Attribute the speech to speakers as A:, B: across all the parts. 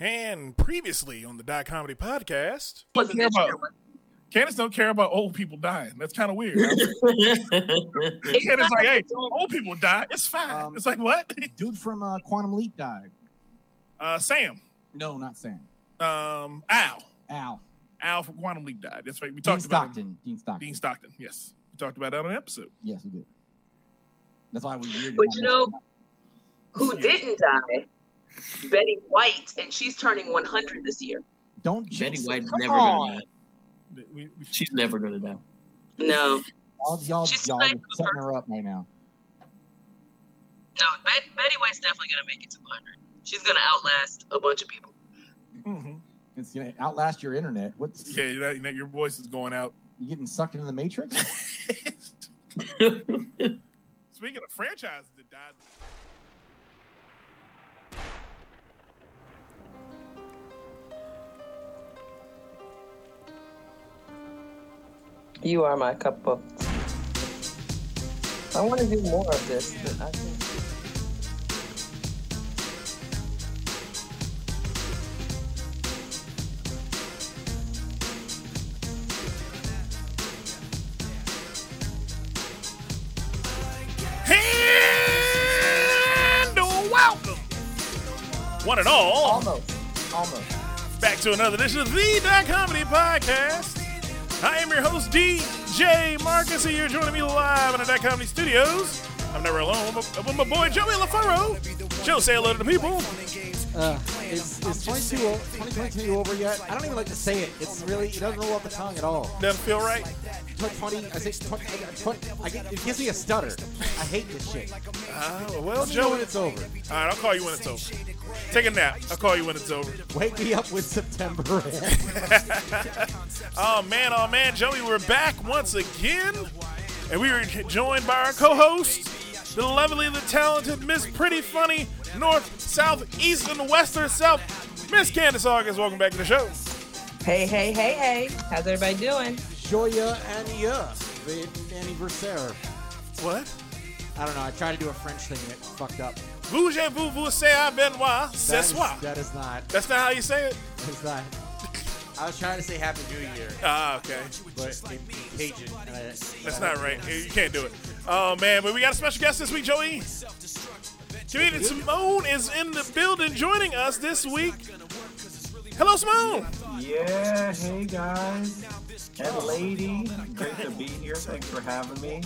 A: And previously on the Die Comedy Podcast,
B: Don't care about-
C: Candace don't care about old people dying. That's kind of weird.
B: It's
C: Candace
B: not
C: like, hey, old people die. It's fine.
D: Um,
C: it's like what?
D: Dude from uh, Quantum Leap died.
C: Uh, Sam,
D: No, not Sam.
C: um, Al,
D: Al.
C: Al from Quantum Leap died. That's right. We
D: Dean
C: talked about him.
D: Stockton. Dean Stockton.
C: Dean Stockton. Yes, we talked about that on an episode.
D: Yes, he did. That's why I was weird.
B: But you know who didn't die? Betty White, and she's turning 100 this year.
D: don't
E: Betty
D: jinx it.
E: White's
D: Come
E: never
D: on.
E: gonna die.
C: That We, we,
E: She's never gonna die.
B: No,
D: Y'all, y'all,
B: She's
D: y'all are
B: like-
D: setting her up right now.
B: no, Bet- Betty White's definitely gonna make it to 100. She's gonna outlast a bunch of people.
C: mhm.
D: It's gonna outlast your internet. What's
C: Yeah, you know, you know, your voice is going out.
D: you getting sucked into the matrix?
C: Speaking of franchises that died,
B: You are my cup of I want to do more of this. I
C: and welcome, one and all,
B: almost, almost.
C: back to another edition of the Dot Comedy Podcast. I am your host, DJ Marcus, and you're joining me live in the Dot Comedy Studios. I'm never alone. but with my boy Joey LaFaro. Joe, say hello to the people.
F: Uh, is, is 22, o- 2022 over yet? I don't even like to say it. It's really, it doesn't roll off the tongue at all.
C: Doesn't feel right.
F: Tw- 20, I say 20, I- I- 20 I get, it gives me a stutter. I hate this shit.
C: Oh, well,
F: You know when
C: Joey.
F: it's over.
C: All right, I'll call you when it's over. Take a nap. I'll call you when it's over.
F: Wake me up with September.
C: Oh man, oh man, Joey, we're back once again, and we are joined by our co-host, the lovely, the talented Miss Pretty Funny, North, South, East, and Western South, Miss Candace August. Welcome back to the show.
B: Hey, hey, hey, hey. How's everybody doing?
F: Joya Ania, the anniversaire.
C: What?
F: I don't know. I tried to do a French thing and it fucked up.
C: Bougez vous vous say Benoit
F: That
C: ce
F: is-
C: soir.
F: That is not.
C: That's not how you say it.
F: That is not. I was trying to say Happy New Year,
C: Ah, okay.
F: but in Cajun. and I-
C: That's not right. You can't do it. Oh man, but we got a special guest this week, Joey. Comedian Simone is in the building, joining us this week. Hello, Simone.
G: Yeah, hey guys. And lady, great to be here. Thanks for having me.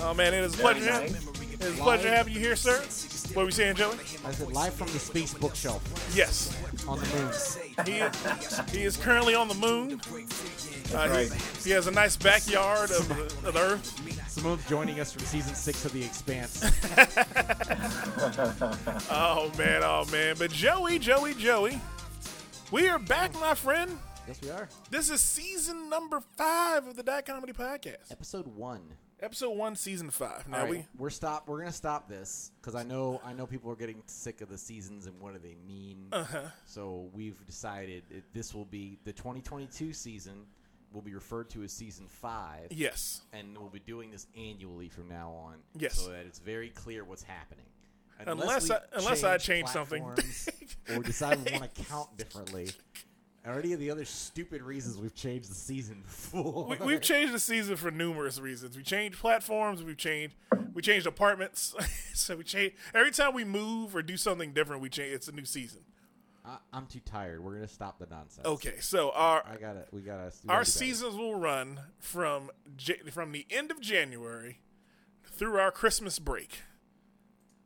C: Oh man, it is a
G: Very
C: pleasure. having-
G: nice.
C: It is a pleasure having you here, sir. What are we saying, Joey?
F: I said live from the space bookshelf
C: Yes,
F: on the moon.
C: he is, he is currently on the moon. Uh,
G: right.
C: he, he has a nice backyard of the, of the Earth.
F: Simone's joining us from season six of The Expanse.
C: Oh man, oh man. But Joey, Joey, Joey, we are back, my friend.
F: yes, we are.
C: This is season number five of the Dot Comedy Podcast,
F: Episode one.
C: episode one, season five. Now
F: All right,
C: we
F: we're stop. We're gonna stop this because I know I know people are getting sick of the seasons and what do they mean.
C: Uh. uh-huh,
F: So we've decided it, this will be the 2022 season will be referred to as season five,
C: yes,
F: and we'll be doing this annually from now on.
C: Yes.
F: so that it's very clear what's happening.
C: unless
F: we
C: I, unless I change something.
F: platforms or decide we want to count differently. Or any of the other stupid reasons we've changed the season before.
C: we, we've changed the season for numerous reasons. We changed platforms. We've changed. We changed apartments. so we change every time we move or do something different. We change. It's a new season.
F: I, I'm too tired. We're gonna stop the nonsense.
C: Okay, so our
F: I gotta. We gotta. we gotta
C: our
F: do better.
C: seasons will run from Ja- from the end of January through our Christmas break.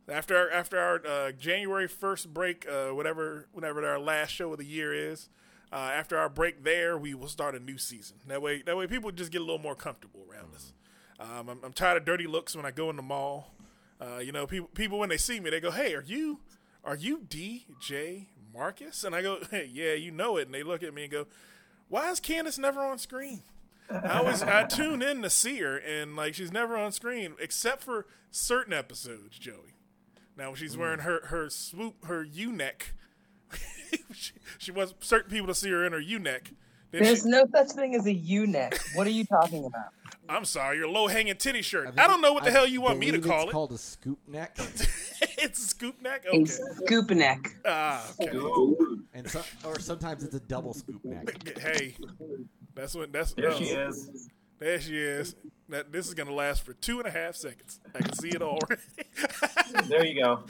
C: After our, after our uh, January first break, uh, whatever whatever our last show of the year is, uh, after our break there, we will start a new season. That way, that way people just get a little more comfortable around us.
F: Mm-hmm.
C: Um, I'm, I'm tired of dirty looks when I go in the mall. Uh, you know, people people when they see me, they go, "Hey, are you are you DJ Marcus?" And I go, hey, "Yeah, you know it." And they look at me and go, "Why is Candace never on screen?" I always I tune in to see her, and like she's never on screen except for certain episodes, Joey. Now when
E: Mm.
C: she's wearing her her swoop her U neck. she, she wants certain people to see her in her U neck. Then
B: There's
C: she-
B: no such thing as a U neck. What are you talking about?
C: I'm sorry, your low hanging titty shirt.
E: think
C: I, don't know what the
E: I
C: hell you want me to
E: believe
C: call
E: it's
C: it.
E: called a scoop neck.
C: it's a scoop neck.
B: A
C: Okay.
B: scoop neck.
C: Ah, okay.
G: Ooh,
E: and so, or sometimes it's a double scoop neck.
C: Hey, that's what. That's
G: there
C: oh,
G: she is.
C: There she is. That this is gonna last for two and a half seconds. I can see it already.
G: There you go.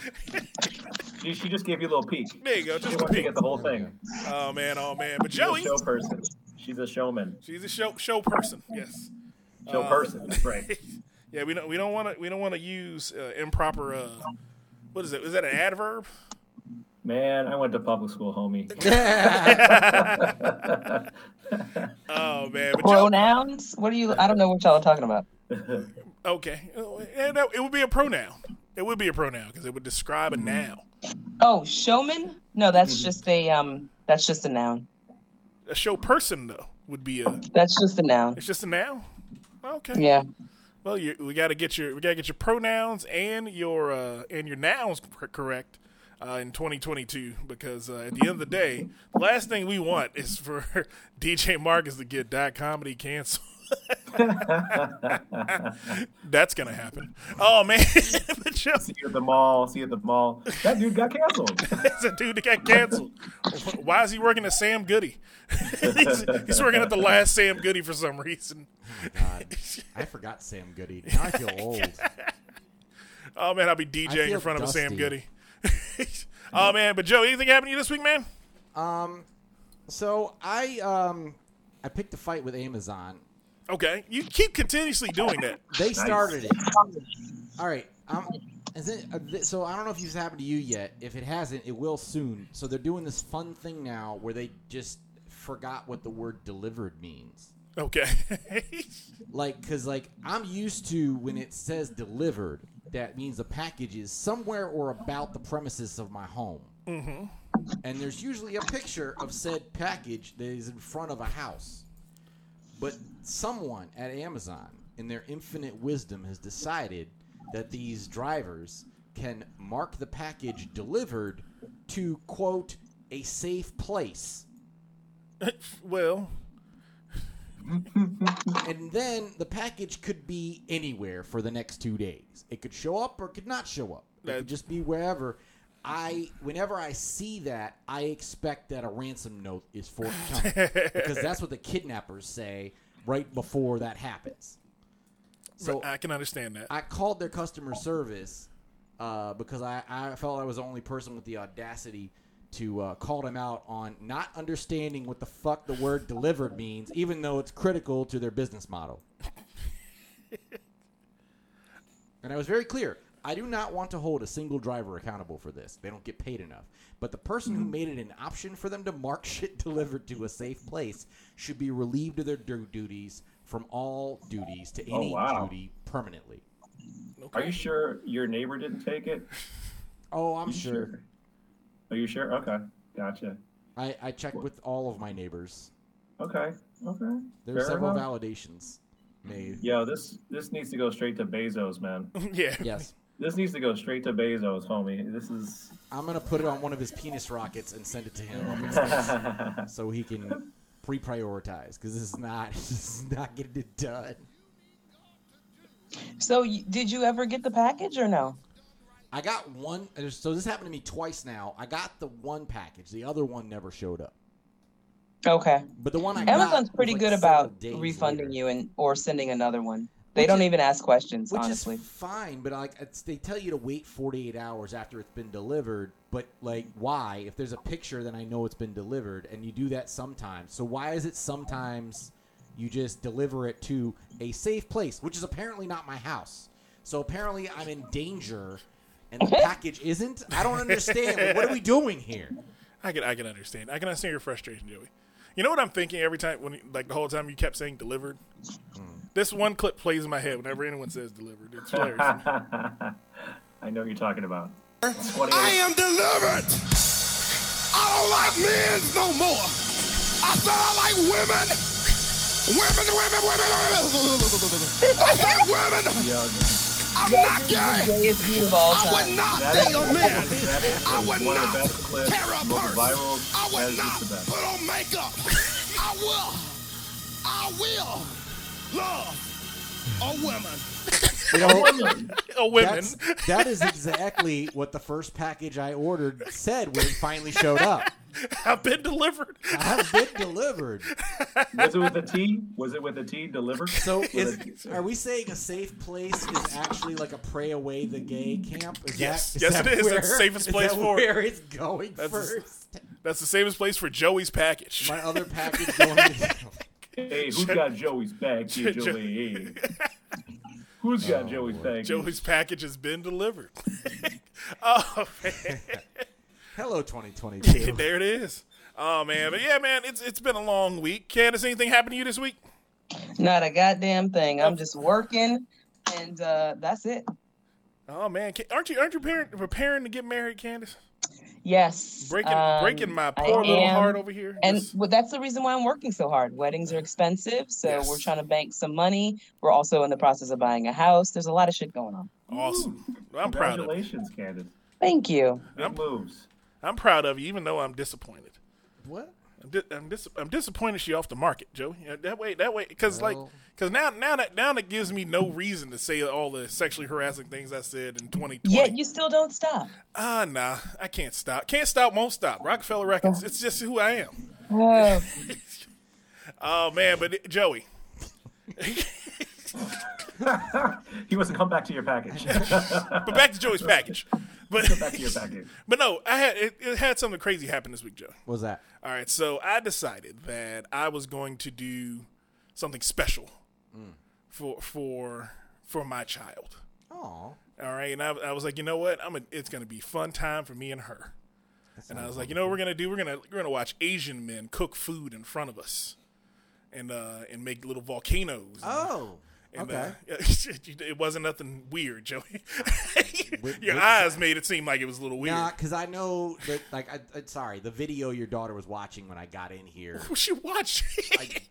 G: She, she just gave you a little peek.
C: there you go.
G: She
C: Just a
G: wants to
C: peek.
G: get the whole thing.
C: Oh man. Oh man. But
G: She's a
C: Joey,
G: show person. She's a showman.
C: she's a show show person. Yes. Oh.
G: Show person. That's right.
C: Yeah. We don't. We don't want to. We don't want to use uh, improper. Uh, what is it? Is that an adverb?
G: Man, I went to public school, homie.
C: Oh man. But Joey,
B: Pronouns? What are you? I don't know what y'all are talking about.
C: okay. Oh, and that- It would be a pronoun. It would be a pronoun because it would describe a
G: Mm-hmm.
C: noun.
B: Oh, showman? No,
C: Mm-hmm.
B: that's just a um. That's just a noun.
C: A show person though would be a.
B: That's just a noun.
C: It's just a noun. Okay.
B: Yeah.
C: Well, you, we got to get your we got to get your pronouns and your uh, and your nouns cor- correct uh, in 2022 because uh, at the end of the day, the last thing we want is for DJ Marcus to get dot comedy canceled. That's gonna happen. Oh man, but just
G: See you at the mall. See you at the mall. That dude got canceled.
C: it's a dude that got canceled. Why is he working at Sam Goody? he's, he's working at the last Sam Goody for some reason.
E: I forgot Sam Goody. Now I feel old.
C: Oh man, I'll be
E: I
C: DJing in
E: feel
C: front of a Sam
E: dusty.
C: Goody. oh man, but Joe, anything happened to you this week, man?
E: Um, so I um, I picked a fight with Amazon.
C: Okay, you keep continuously doing that.
E: They started it. All right. Um, is it, uh, th- so I don't know if this happened to you yet. If it hasn't, it will soon. So they're doing this fun thing now where they just forgot what the word delivered means.
C: Okay,
E: Like, cause like I'm used to when it says delivered, that means the package is somewhere or about the premises of my home. Mm-hmm. And there's usually a picture of said package that is in front of a house. But someone at Amazon, in their infinite wisdom, has decided that these drivers can mark the package delivered to quote a safe place.
C: well,
E: and then the package could be anywhere for the next two days. It could show up or it could not show up. It
C: That-
E: could just be wherever. I whenever I see that, I expect that a ransom note is forthcoming because that's what the kidnappers say right before that happens. So
C: I can understand that.
E: I called their customer service uh, because I, I felt I was the only person with the audacity to uh, call them out on not understanding what the fuck the word delivered means, even though it's critical to their business model. and I was very clear. I do not want to hold a single driver accountable for this. They don't get paid enough. But the person
G: Mm-hmm.
E: who made it an option for them to mark shit delivered to a safe place should be relieved of their du- duties from all duties to
G: Oh,
E: any
G: wow.
E: duty permanently.
G: Are you sure your neighbor didn't take it?
E: Oh, I'm
G: You
E: sure.
G: Are you sure? Okay. Gotcha.
E: I, I checked with all of my neighbors.
G: Okay. Okay.
E: There are
G: Fair
E: several
G: enough.
E: validations made.
G: Yo, this this needs to go straight to Bezos, man.
C: yeah,
E: Yes.
G: This needs to go straight to Bezos, homie. This is
E: I'm going to put it on one of his penis rockets and send it to him up in space so he can pre prioritize because this is not, this is not getting it done.
B: So y- did you ever get the package or no?
E: I got one. uh, So this happened to me twice now. I got the one package, the other one never showed up.
B: Okay.
E: But the one I got
B: Amazon's
E: was
B: pretty
E: Oh like
B: good
E: several
B: about
E: days
B: refunding
E: later.
B: you and or sending another one. They
E: Which
B: don't
E: is-
B: even ask questions,
E: which
B: honestly.
E: is fine but like it's, they tell you to wait 48 hours after it's been delivered but like why if there's a picture then i know it's been delivered and you do that sometimes so why is it sometimes you just deliver it to a safe place which is apparently not my house so apparently i'm in danger and the package isn't i don't understand Like, what are we doing here
C: I can I can understand. I can understand your frustration, Joey. You know what I'm thinking every time when like the whole time you kept saying delivered.
H: Hmm.
C: This one clip plays in my head whenever anyone says delivered. It's hilarious.
G: I know what you're talking about. 28
H: I am delivered. I don't like men no more. I said I like women. Women, women, women, women. I said women.
G: young.
I: I'm not
B: That's the
I: gay.
B: gayest meme of all
I: I
B: time.
I: would not
G: That
I: date
G: is,
I: a man.
G: that is
I: I would
G: one of the
I: not
G: best clips,
I: tear a
G: most
I: purse.
G: viral
I: I
G: as
I: would
G: is
I: not
G: the best.
I: put on makeup. I will. I will love a woman.
E: You know,
C: A women.
E: that's, that is exactly what the first package I ordered said when it finally showed up.
C: I've been delivered.
E: I've been delivered.
G: Was it with a T? Was it with a T? Deliver.
E: So
G: With
E: is,
G: a-
E: are we saying a safe place is actually like a pray away the gay camp? Is
C: Yes.
E: that,
C: Yes, it is. That's the safest
E: is
C: place
E: that
C: for it.
E: where it's going
C: That's the-
E: first.
C: That's the safest place for Joey's package.
E: My other package going. To,
G: Hey, who's got Joey's bag, here, Joey?
C: Oh,
G: Who's got Joey's bag? here?
C: Joey's package has been delivered. oh man,
E: hello, 2022.
C: there it is. Oh man, but yeah, man, it's it's been a long week. Candace, anything happen to you this week?
B: Not a goddamn thing. I'm just working, and uh, that's it.
C: Oh man, Ca- aren't you aren't you preparing, preparing to get married, Candace?
B: Yes.
C: Breaking
B: um,
C: breaking my
B: I
C: poor little
B: am-
C: heart over here.
B: And
C: Just-
B: well, that's the reason why I'm working so hard. Weddings are expensive, so
C: Yes.
B: we're trying to bank some money. We're also in the process of buying a house. There's a lot of shit going on.
C: awesome. I'm proud of you.
G: Congratulations, Candace.
B: Thank you.
G: Good moves.
C: I'm proud of you, even though I'm disappointed.
E: what?
C: I'm, di- I'm, dis- I'm disappointed she off the market, Joey. Yeah, That way, that way, because like,
E: Well-
C: because now, now that now that gives me no reason to say all the sexually harassing things I said in 2020.
B: Yet you still don't stop.
C: Ah, nah, I can't stop. Can't stop, won't stop. Rockefeller Records. It's just who I am.
B: Oh,
C: Oh man, but it- Joey,
G: He wants to come back to your package.
C: but back to Joey's package. But
G: back to your package.
C: but no, I had it, it had something crazy happen this week, Joey.
E: What was that?
C: All right, so I decided that I was going to do something special for for for my child.
E: Oh,
C: All right, and I, I was like, you know what? I'm a, it's gonna be fun time for me and her. And I was like, you know what we're gonna do? We're gonna we're gonna watch Asian men cook food in front of us, and uh, and make little volcanoes. and-
E: oh,
C: and,
E: okay.
C: uh, it wasn't nothing weird, Joey. Your
E: with-
C: eyes made it seem like it was a little weird.
E: Nah, because I know that. Like, I, I, sorry, the video your daughter was watching when I got in here.
C: What she watch?
E: Like,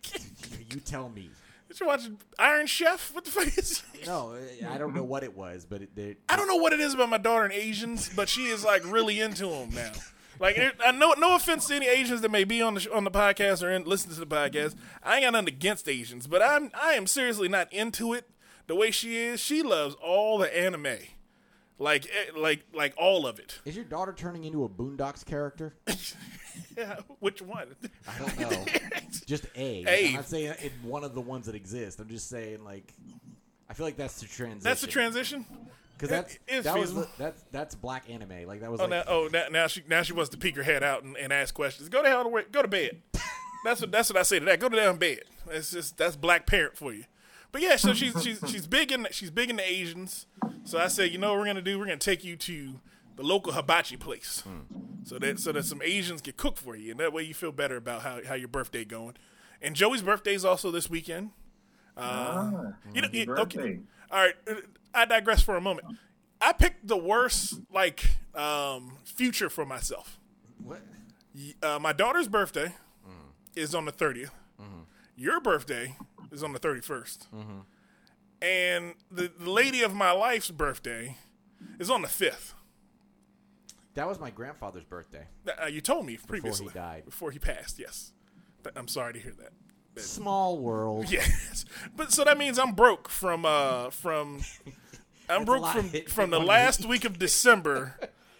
E: you tell me.
C: she watching Iron Chef? What the fuck is?
E: No, I don't know what it was, but it, it,
C: I don't know what it is about my daughter and Asians, but she is like really into them now. Like it- I know, no offense to any Asians that may be on the sh- on the podcast or in, listen to the podcast. I ain't got nothing against Asians, but I'm I am seriously not into it the way she is. She loves all the anime, like eh, like like all of it.
E: Is your daughter turning into a Boondocks character?
C: Yeah, which one?
E: I don't know. just a.
C: A.
E: am not saying in one of the ones that exist. I'm just saying like, I feel like that's the transition.
C: That's the transition.
E: Because that's
C: it is
E: that was
C: feasible.
E: the- that's that's black anime. Like that was
C: Oh,
E: like
C: now, oh now, now she now she wants to peek her head out and, and ask questions. Go to hell to work. Go to bed. That's what that's what I say to that. Go to damn bed. That's just that's black parent for you. But yeah, so she's she's she's big in she's big in the Asians. So I said, you know what we're gonna do? We're gonna take you to the local hibachi place,
G: Hmm.
C: so that so that some Asians can cook for you, and that way you feel better about how, how your birthday going. And Joey's birthday is also this weekend. Uh,
G: Ah,
C: You know,
G: happy
C: it-
G: birthday.
C: okay. All right, uh, I digress for a moment. I picked the worst like um, future for myself.
E: what?
C: Uh, my daughter's birthday is on the 30th. Your birthday is on the 31st. And the, the lady of my life's birthday is on the 5th.
E: That was my grandfather's birthday.
C: Uh, you told me previously.
E: died.
C: Before he passed, yes. Th- I'm sorry to hear that.
E: Small world.
C: Yes. But so that means I'm broke from uh from I'm broke
E: lot
C: from
E: hit
C: from
E: in
C: the
E: one
C: last week of December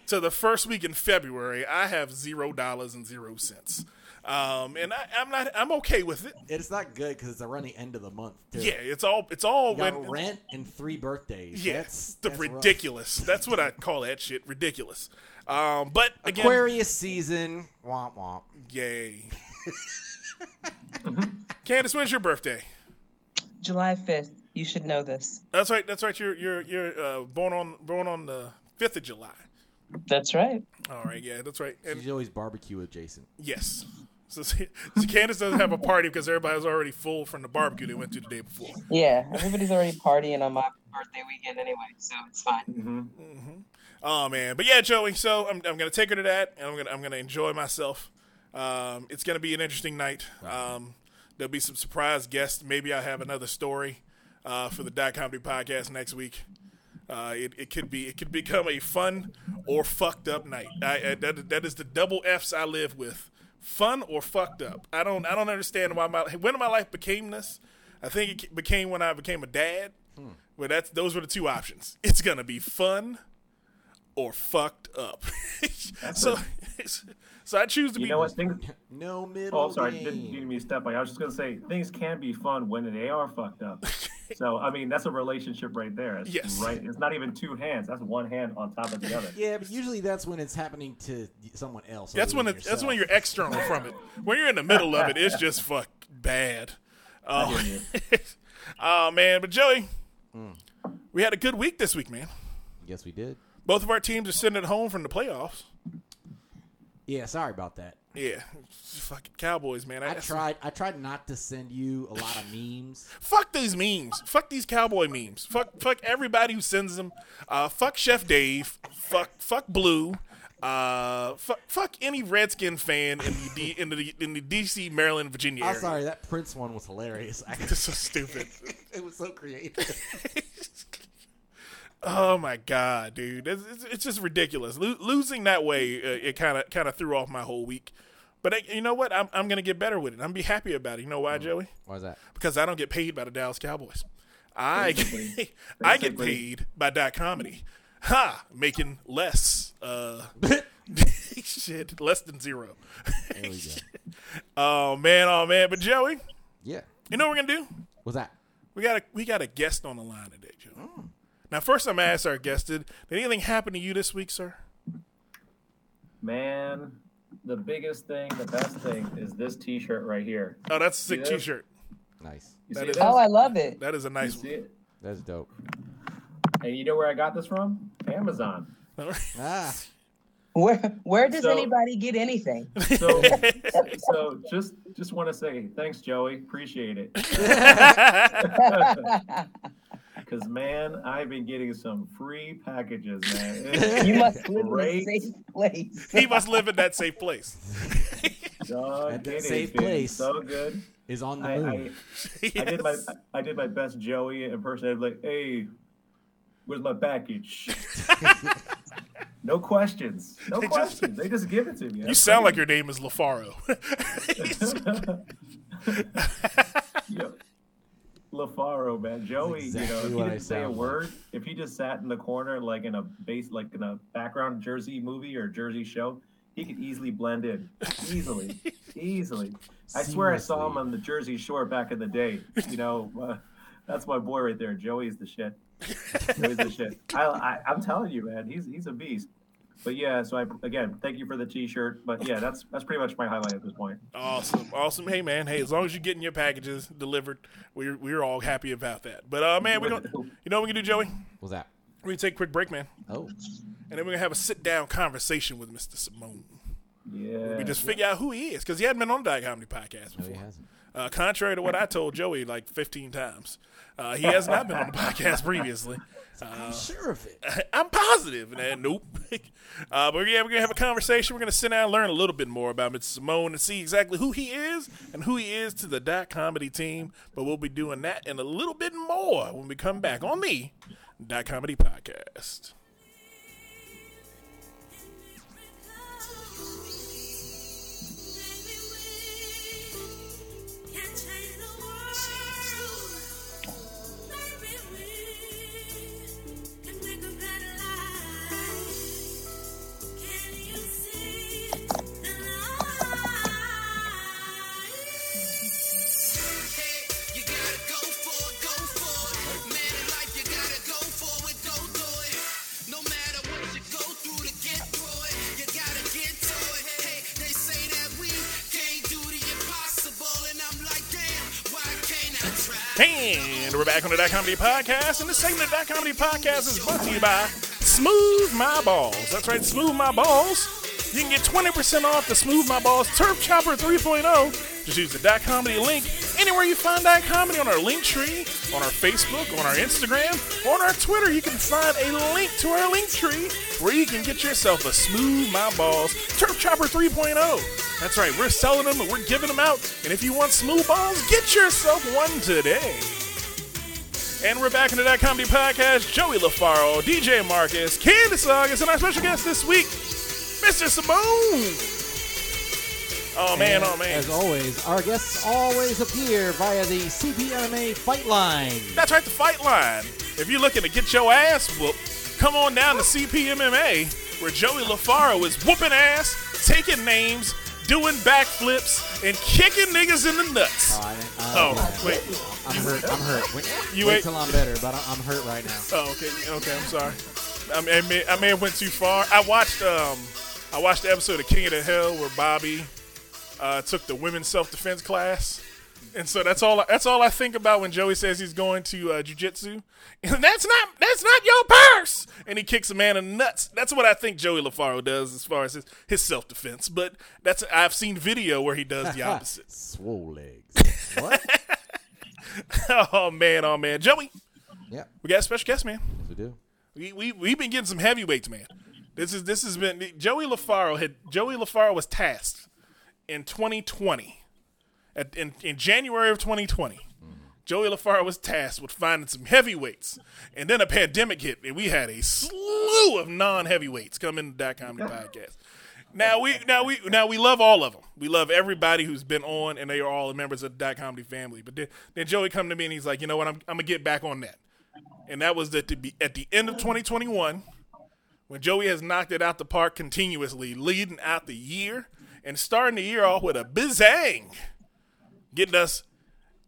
C: to the first week in February. I have zero dollars and zero cents. Um, and I, I'm not. I'm okay with it.
E: It's not good because it's around the end of the month. Too.
C: Yeah, it's all. It's all
E: You got
C: when.
E: rent and three birthdays.
C: yeah,
E: that's,
C: the
E: that's rough.
C: ridiculous. That's what I call that shit. Ridiculous. Um, but again,
E: Aquarius season. Womp womp.
C: yay. Candace, when's your birthday?
B: July 5th. You should know this.
C: That's right. That's right. You're you're you're uh, born on born on the fifth of July.
B: That's right.
C: All right. Yeah, that's right. And
E: She's always barbecue adjacent.
C: Yes. So, so Candace doesn't have a party because everybody was already full from the barbecue they went to the day before.
B: Yeah, everybody's already partying on my birthday weekend anyway, so it's fine.
G: Mm-hmm.
C: Oh man, but yeah, Joey. So I'm, I'm gonna take her to that, and I'm gonna I'm gonna enjoy myself. Um, it's gonna be an interesting night. Um, there'll be some surprise guests. Maybe I'll have another story uh, for the Dot Comedy podcast next week. Uh, it, it could be it could become a fun or fucked up night. I, I, that, that is the double F's I live with: fun or fucked up. I don't I don't understand why my when my life became this. I think it became when I became a dad. Where that's those were the two options. It's gonna be fun or fucked up. so so I choose to
G: You
C: be
G: know what? Things.
F: No middle.
G: Oh, I'm sorry.
F: Name.
G: Didn't mean to be step on you. I was just gonna say things can be fun when they are fucked up. so I mean, that's a relationship right there. It's
C: Yes.
G: Right. It's not even two hands. That's one hand on top of the other.
F: Yeah, but usually that's when it's happening to someone else.
C: That's
F: other
C: when
F: than
C: it, that's when
F: yourself.
C: you're external from it. When you're in the middle of it, it's just fuck bad. Oh, oh man, but Joey, we had a good week this week, man.
F: Yes, we did.
C: Both of our teams are sitting at home from the playoffs.
F: Yeah, sorry about that.
C: Yeah, fucking Cowboys, man.
F: I tried. I tried not to send you a lot of memes.
C: Fuck these memes. Fuck these cowboy memes. Fuck fuck everybody who sends them. Uh, fuck Chef Dave. Fuck fuck Blue. Uh, fuck fuck any Redskin fan in the D, in the in the DC, Maryland, Virginia
F: I'm
C: area.
F: sorry. That Prince one was hilarious. I,
C: This is so stupid.
F: it was so creative.
C: Oh my god, dude, it's, it's, it's just ridiculous. Lo- losing that way, uh, it kind of kind of threw off my whole week. But uh, you know what? I'm I'm gonna get better with it. I'm gonna be happy about it. You know why, Joey?
F: Why is that?
C: Because I don't get paid by the Dallas Cowboys. I get, I get
G: Basically.
C: paid by dot comedy. Ha! Making less. Uh, shit, less than zero.
F: There we go.
C: oh man, oh man. But Joey,
F: Yeah.
C: you know what we're gonna do?
F: What's that?
C: We got a we got a guest on the line today, Joe.
F: Mm.
C: Now, first, I'm gonna ask our guest: Did did anything happen to you this week, sir?
G: Man, the biggest thing, the best thing is this T-shirt right here.
C: Oh, that's a sick
G: Yeah.
C: T-shirt.
F: Nice.
G: You
C: That
G: see
C: is-
G: this?
E: Oh, I love it.
C: That is a
G: you
C: nice
G: see it?
F: That's dope.
G: And you know where I got this from? Amazon.
C: one.
F: Ah.
E: Where where does
G: So-
E: anybody get anything?
G: So, so just just want to say thanks, Joey. Appreciate it. Cause man, I've been getting some free packages, man. It's
E: You must live
G: great,
E: in a safe place.
C: he must live in that safe place.
G: dog.
F: At that
G: It has
F: safe
G: been
F: place.
G: So good.
F: Is on the
G: I, I,
F: moon.
G: I did my I did my best Joey impersonate. Like, hey, where's my package? no questions. No
C: They just-
G: questions. they just give it to me.
C: You sound like your name is LaFaro.
G: Yeah. LaFaro, man. Joey,
F: exactly
G: you know,
F: what
G: if
F: I
G: he didn't say a
F: sound like.
G: word, if he just sat in the corner like in a base like in a background Jersey movie or Jersey show, he could easily blend in. Easily. easily. I swear I saw him
F: Seamlessly.
G: on the Jersey Shore back in the day. You know, uh, that's my boy right there. Joey's the shit. Joey's the shit. I, I, I'm telling you, man, he's he's a beast. But yeah, so I again, thank you for the T-shirt. But yeah, that's that's pretty much my highlight at this point.
C: awesome, awesome. Hey man, hey, as long as you're getting your packages delivered, we're we're all happy about that. But uh, man, we don't. You know what we can do, Joey?
F: What's that?
C: We're gonna take a quick break, man,
F: Oh.
C: and then we're gonna have a sit down conversation with Mr. Simone.
G: Yeah,
C: We just figure out who he is because he hadn't been on the Diet Comedy Podcast
F: No, he
C: before.
F: hasn't.
C: Uh, contrary to what I told Joey like 15 times, uh, he has not been on the podcast previously. Uh,
F: I'm sure of it.
C: I'm positive. Nah, nope. uh, but yeah, we're going to have a conversation. We're going to sit down and learn a little bit more about Mr. Simone and see exactly who he is and who he is to the Dot Comedy team. But we'll be doing that and a little bit more when we come back on the Dot Comedy Podcast. And we're back on the Dot Comedy Podcast. And this segment of Dot Comedy Podcast is brought to you by Smooth My Balls. That's right, Smooth My Balls. You can get 20% off the Smooth My Balls Turf Chopper 3.0. Just use the Dot Comedy link anywhere you find Dot Comedy on our link tree, on our Facebook, on our Instagram, on our Twitter. You can find a link to our link tree where you can get yourself a Smooth My Balls Turf Chopper 3.0. That's right, we're selling them and we're giving them out. And if you want smooth balls, get yourself one today. And we're back into that comedy podcast. Joey LaFaro, DJ Marcus, Candace August, and our special guest this week, Mr. Simone. Oh man,
F: And
C: oh man.
F: As always, our guests always appear via the CPMA Fight Line.
C: That's right, the fight line. If you're looking to get your ass whooped, come on down to CPMMA, where Joey LaFaro is whooping ass, taking names, doing backflips, and kicking niggas in the nuts.
F: I didn't- I don't
C: Oh,
F: do that.
C: wait.
F: I'm hurt. I'm hurt. Wait,
C: You
F: wait
C: ain't-
F: till I'm better, but I'm, I'm hurt right now.
C: Oh, okay, okay. I'm sorry. I may, I may, I may have went too far. I watched, um, I watched the episode of King of the Hill where Bobby uh, took the women's self defense class, and so that's all. That's all I think about when Joey says he's going to uh, jujitsu, and that's not that's not your purse. And he kicks a man in the nuts. That's what I think Joey LaFaro does as far as his, his self defense. But that's I've seen video where he does the opposite.
F: Swole legs. what?
C: oh man, oh man, Joey,
F: Yep.
C: we got a special guest, man.
F: Yes, we do.
C: We we we've been getting some heavyweights, man. This is this has been Joey LaFaro had Joey LaFaro was tasked in 2020 at, in in January of 2020. Joey LaFaro was tasked with finding some heavyweights, and then a pandemic hit, and we had a slew of non-heavyweights come into that comedy podcast. Now we now we now we love all of them. We love everybody who's been on, and they are all members of the Dot Comedy family. But then, then Joey come to me and he's like, you know what? I'm I'm gonna get back on that and that was at the, at the end of 2021 when Joey has knocked it out the park continuously, leading out the year and starting the year off with a bizang, getting us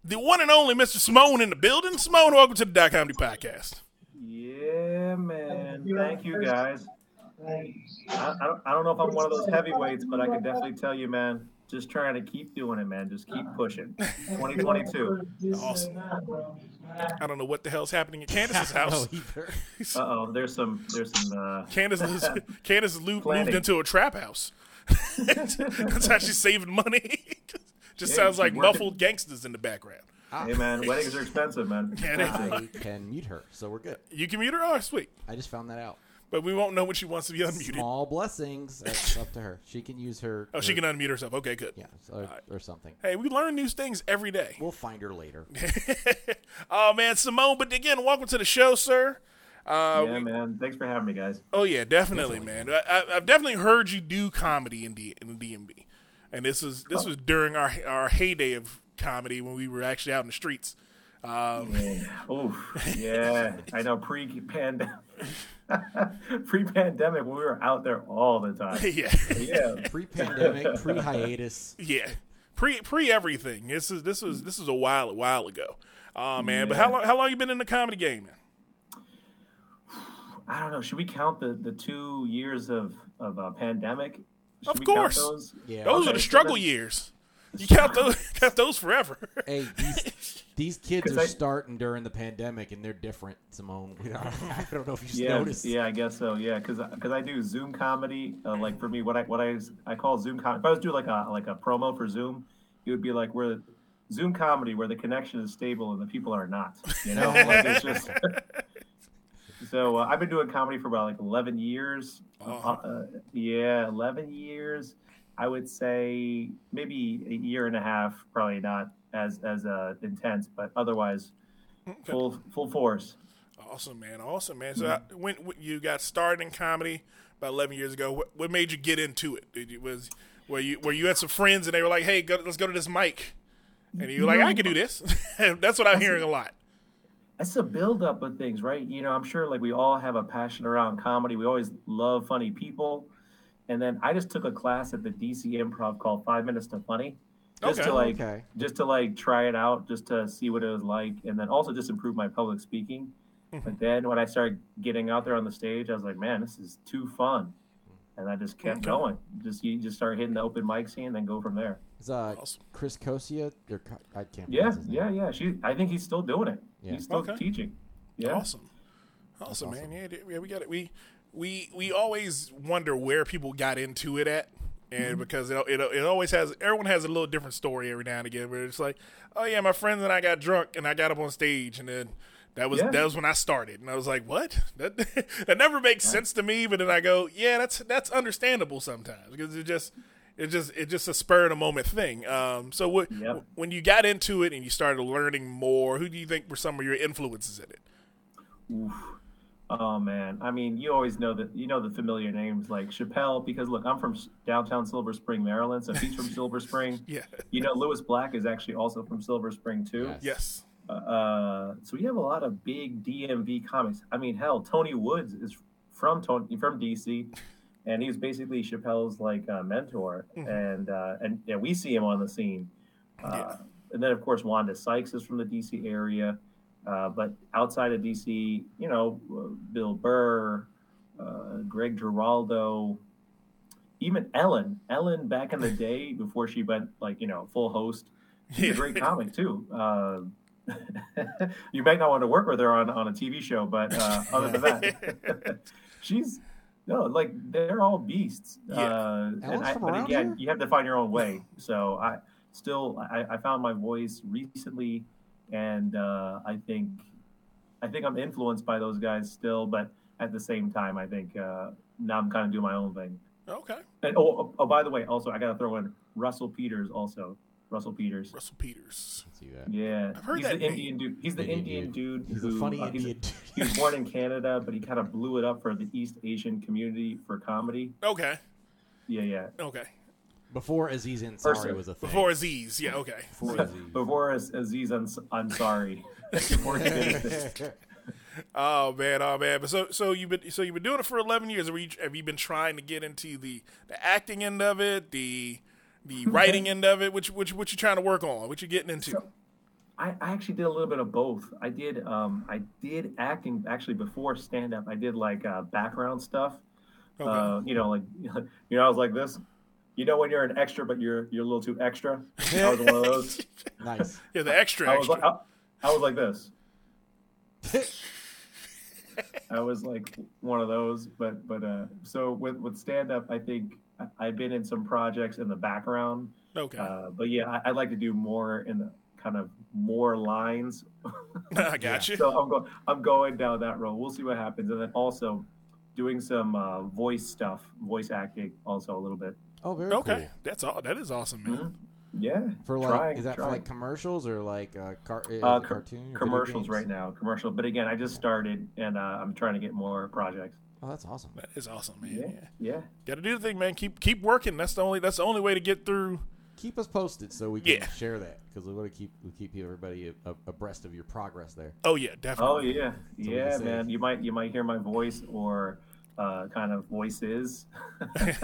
C: the one and only Mr. Simone in the building. Simone, welcome to the Dot Comedy Podcast.
G: Yeah, man. Thank you guys. I, I, don't, I don't know if I'm one of those heavyweights, but I can definitely tell you, man. Just trying to keep doing it, man. Just keep pushing. 2022.
C: Awesome. I don't know what the hell's happening at Candace's house.
F: No, either.
G: Uh oh, there's some, there's some. Uh,
C: Candace is, Candace is lo- moved
G: Planning.
C: into a trap house. That's how she's saving money. Just
G: Yeah,
C: sounds
G: you
C: like
G: work it.
C: muffled gangsters in the background.
G: hey, man, weddings are expensive, man.
C: Yeah, they-
F: I can mute her, so we're good.
C: You can mute her? Oh, sweet.
F: I just found that out.
C: But we won't know when she wants to be unmuted.
F: Small blessings. That's up to her. She can use her.
C: Oh, she
F: her-
C: can unmute herself. Okay, good.
F: Yeah, so- or something.
C: Hey, we learn new things every day.
F: We'll find her later.
C: oh man, Simone. But again, welcome to the show, sir.
G: yeah, man. Thanks for having me, guys.
C: Oh yeah, definitely, man. I, I, I've definitely heard you do comedy in D in DMB, and this was
F: Oh.
C: this was during our our heyday of comedy when we were actually out in the streets. Um,
G: Oh, yeah. I know. Pre-pandemic, pre-pandemic, we were out there all the time.
C: yeah,
G: Yeah.
F: Pre-pandemic, pre-hiatus.
C: yeah. Pre pre everything. This is this was this was a while a while ago. Oh man, but how long how long you been in the comedy game, man?
G: I don't know. Should we count the, the two years of of uh, pandemic? Should
C: Of
G: we count
C: course.
G: those?
F: Yeah.
C: Those are
G: Okay,
C: the
G: so
C: struggle
G: then-
C: years. You count those count those forever.
F: Hey, these, these kids
G: 'Cause
F: are
G: I-
F: starting during the pandemic, and they're different, Simone. We don't, I don't know if you just
G: Yeah,
F: noticed.
G: yeah, I guess so. Yeah, because I do Zoom comedy. Uh, like for me, what I what I I call Zoom comedy. If I was doing like a like a promo for Zoom, it would be like where Zoom comedy, where the connection is stable and the people are not. You know, like it's just. so uh, I've been doing comedy for about like eleven years.
F: Oh.
C: Uh-huh.
G: Uh, yeah, eleven years. I would say maybe a year and a half. Probably not as as uh, intense, but otherwise, full full force.
C: Awesome, man. Awesome, man. So, I, when, when you got started in comedy about eleven years ago, what, what made you get into it? Did you, was were you were you had some friends and they were like, "Hey, go, let's go to this mic," and you were like, "I can do this." That's what I'm hearing a lot.
G: that's a buildup of things, right? You know, I'm sure like we all have a passion around comedy. We always love funny people. And then I just took a class at the DC Improv called Five Minutes to Funny, just
C: Okay.
G: to like,
F: Okay.
G: just to like try it out, just to see what it was like, and then also just improve my public speaking.
C: Mm-hmm.
G: But then when I started getting out there on the stage, I was like, man, this is too fun, and I just kept
C: Okay.
G: going. Just you just start hitting the open mic scene, and then go from there.
F: Is, uh,
C: Awesome.
F: Chris Cosia? Or, Co- I can't.
G: Yeah,
F: pronounce his name.
G: yeah, yeah. She, I think he's still doing it.
F: Yeah.
G: He's still
C: Okay.
G: teaching. Yeah.
C: Awesome, awesome, man. Yeah, dude, yeah, we got it. We we we always wonder where people got into it at.
G: Mm-hmm.
C: And because it, it, it always has, everyone has a little different story every now and again where it's like, oh yeah, my friends and I got drunk and I got up on stage and then that was
G: Yeah.
C: that was when I started and I was like, what? That that never makes sense to me. But then I go, yeah, that's that's understandable sometimes because it just It just it just a spur of the moment thing. Um, so what,
G: Yep.
C: when you got into it and you started learning more, who do you think were some of your influences in it?
G: Oh man, I mean, you always know that you know the familiar names like Chappelle because look, I'm from s- downtown Silver Spring, Maryland, so he's from Silver Spring.
C: Yeah.
G: You know, Lewis Black is actually also from Silver Spring too.
F: Yes.
C: Yes.
G: Uh, so we have a lot of big DMV comics. I mean, hell, Tony Woods is from Tony from DC, and he's basically Chappelle's like uh, mentor, and uh, and yeah, we see him on the scene. Uh, And then of course Wanda Sykes is from the DC area, uh, but outside of DC, you know, uh, Bill Burr, uh, Greg Giraldo. Even Ellen, Ellen back in the day before she went like you know full host, she's a great comic too. Uh, you might not want to work with her on, on a TV show, but uh, other than that, she's no like they're all beasts.
C: Yeah.
G: Uh, and
F: Ellen's
G: I,
F: from
G: but
F: around
G: again,
F: here?
G: you have to find your own way. So I still I, I found my voice recently, and uh, I think I think I'm influenced by those guys still, but at the same time, I think uh, now I'm kind of doing my own thing.
C: Okay.
G: And, oh, oh, oh, by the way, also I gotta throw in Russell Peters. Also, Russell Peters.
C: Russell Peters.
F: See that.
G: Yeah,
C: I've heard
G: he's
C: that
G: the
C: name.
G: Indian dude. He's the Indian,
F: Indian
G: dude.
F: He's
G: who,
F: a funny
G: uh, he's-
F: Indian.
G: he was born in Canada, but he kind of blew it up for the East Asian community for comedy.
C: Okay.
G: Yeah, yeah.
C: Okay.
F: Before Aziz Ansari
G: Person.
F: was a thing.
C: Before Aziz. Yeah. Okay.
F: Before Aziz.
G: Before Az- Aziz, Ans- I'm sorry. Before he did this.
C: Oh man. Oh man. But so so you've been so you've been doing it for eleven years. Have you, have you been trying to get into the the acting end of it? The the writing end of it, which which what you trying to work on, what you getting into.
G: I, I actually did a little bit of both. I did um I did acting actually before stand up. I did like uh, background stuff.
C: Okay.
G: Uh, you know, like you know, I was like this. You know, when you're an extra, but you're you're a little too extra. I was one of those.
F: nice.
C: yeah, the extra.
G: I was
C: extra.
G: like, I, I was like this. I was like one of those, but but uh, so with with stand up, I think I- I've been in some projects in the background,
C: okay.
G: uh, but yeah, I, I'd like to do more in the kind of more lines.
C: I got you.
G: so I'm going I'm going down that road. We'll see what happens, and then also doing some uh, voice stuff, voice acting, also a little bit.
F: Oh, very
C: Okay.
F: cool.
C: That's all. That is awesome, man.
G: Mm-hmm. Yeah,
F: For like,
G: trying,
F: is that for
G: trying.
F: like commercials or like uh, car- is
G: Uh,
F: it
G: co-
F: cartoon or video
G: commercials
F: games?
G: right now? Commercial, but again, I just started, and uh, I'm trying to get more projects.
F: Oh, that's awesome.
C: That is awesome, man. Yeah.
G: yeah.
C: Got to do the thing, man. Keep keep working. That's the only that's the only way to get through.
F: Keep us posted so we can
C: Yeah.
F: share that because we want to keep we keep everybody a- a- abreast of your progress there.
C: Oh yeah,
G: Oh
C: definitely.
G: yeah,
F: That's what we
G: yeah,
F: say.
G: man. You might you might hear my voice or uh, kind of voices.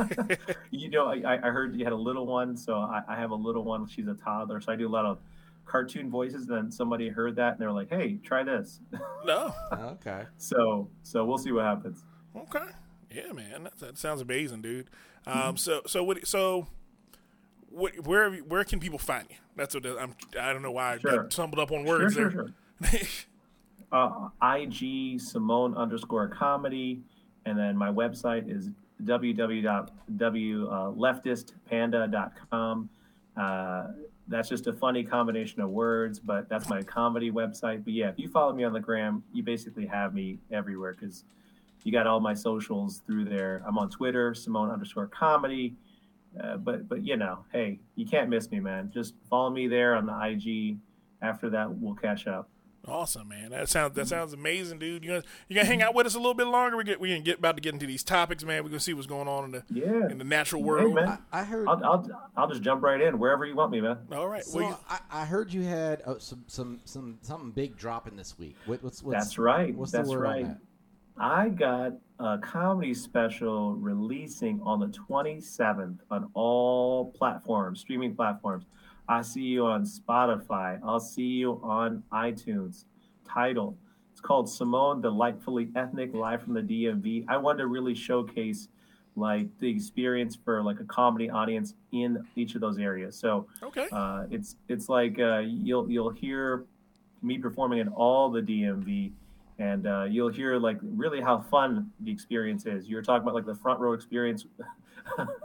G: you know, I, I I heard you had a little one, so I, I have a little one. She's a toddler, so I do a lot of cartoon voices. And then somebody heard that and they were like, "Hey, try this."
C: No.
F: Okay.
G: so so we'll see what happens.
C: Okay. Yeah, man. That, that sounds amazing, dude. Um.
G: Mm-hmm.
C: So so what? So what? Where have you- where can people find you? That's what I'm. I don't know why I
G: Sure.
C: stumbled up on words
G: sure,
C: there.
G: sure, Uh, IG Simone underscore comedy, and then my website is www.leftistpanda.com. Uh, that's just a funny combination of words, but that's my comedy website. But yeah, if you follow me on the gram, you basically have me everywhere because you got all my socials through there. I'm on Twitter, Simone underscore comedy. Uh, but but you know, hey, you can't miss me, man. Just follow me there on the IG. After that, we'll catch up.
C: Awesome, man. That sounds
G: Mm-hmm.
C: that sounds amazing, dude. You gonna you gonna hang out with us a little bit longer? We get we gonna get about to get into these topics, man. We're gonna see what's going on in the
G: Yeah.
C: in the natural
G: Hey,
C: world.
G: man.
F: I, I heard.
G: I'll, I'll, I'll just jump right in wherever you want me, man.
C: All right.
F: so
C: well, you-
F: I, I heard you had uh, some some some something big dropping this week. What, what's what's
G: That's right.
F: What's
G: That's
F: the word
G: right.
F: on that?
G: I got a comedy special releasing on the 27th on all platforms, streaming platforms. I see you on Spotify. I'll see you on iTunes. Title. It's called Simone Delightfully Ethnic Live from the DMV. I wanted to really showcase like the experience for like a comedy audience in each of those areas. So
C: okay.
G: Uh, it's it's like uh, you'll you'll hear me performing in all the DMV, and uh, you'll hear like really how fun the experience is. You're talking about like the front row experience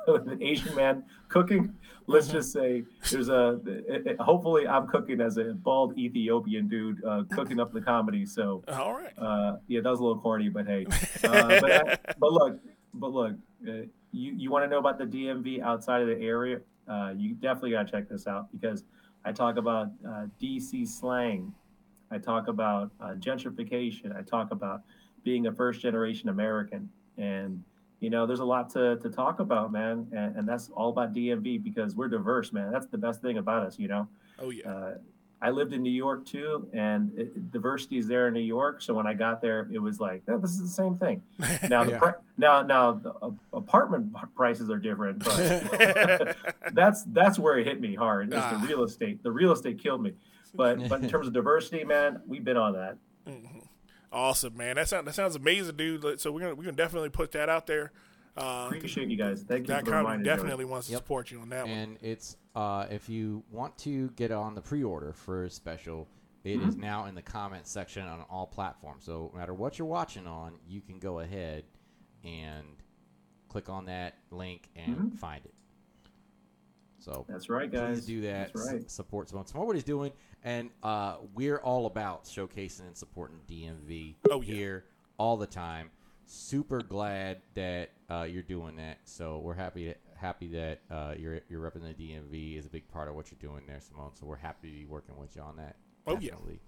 G: with an Asian man cooking. Let's just say there's a. it- it- hopefully, I'm cooking as a bald Ethiopian dude uh, cooking up the comedy. So
C: All right.
G: uh, yeah, that was a little corny, but hey, uh, but, I- but look, but look, uh, you, you want to know about the DMV outside of the area, uh, you definitely got to check this out because I talk about uh, DC slang. I talk about uh, gentrification. I talk about being a first generation American. And, you know, there's a lot to, to talk about, man. And, and that's all about DMV because we're diverse, man. That's the best thing about us, you know?
C: Oh yeah.
G: Uh, I lived in New York too, and it, diversity is there in New York. So when I got there, it was like, oh, this is the same thing. Now, the
F: Yeah.
G: pri- now, now the a- apartment p- prices are different, but that's that's where it hit me hard. Is
C: Ah.
G: the real estate? The real estate killed me. But but in terms of diversity, man, we've been on that.
C: Mm-hmm. Awesome, man. That sounds that sounds amazing, dude. Like, So we're gonna we're gonna definitely put that out there. Uh,
G: Appreciate you guys. Thank you
C: that
G: for the
C: company
G: reminder. Joey.
C: definitely wants to
F: Yep.
C: support you on that one.
F: and it's uh, if you want to get on the pre-order for a special it is now in the comment section on all platforms so no matter what you're watching on you can go ahead and click on that link and
C: Mm-hmm.
F: find it so
G: That's right, guys.
F: please do that
G: That's right.
F: S- support someone support what he's doing and uh, we're all about showcasing and supporting dmv
C: Oh, yeah.
F: here all the time super glad that uh, you're doing that so we're happy happy that uh, you're you're repping the dmv is a big part of what you're doing there simone so we're happy to be working with you on that
C: Oh, yeah.
F: definitely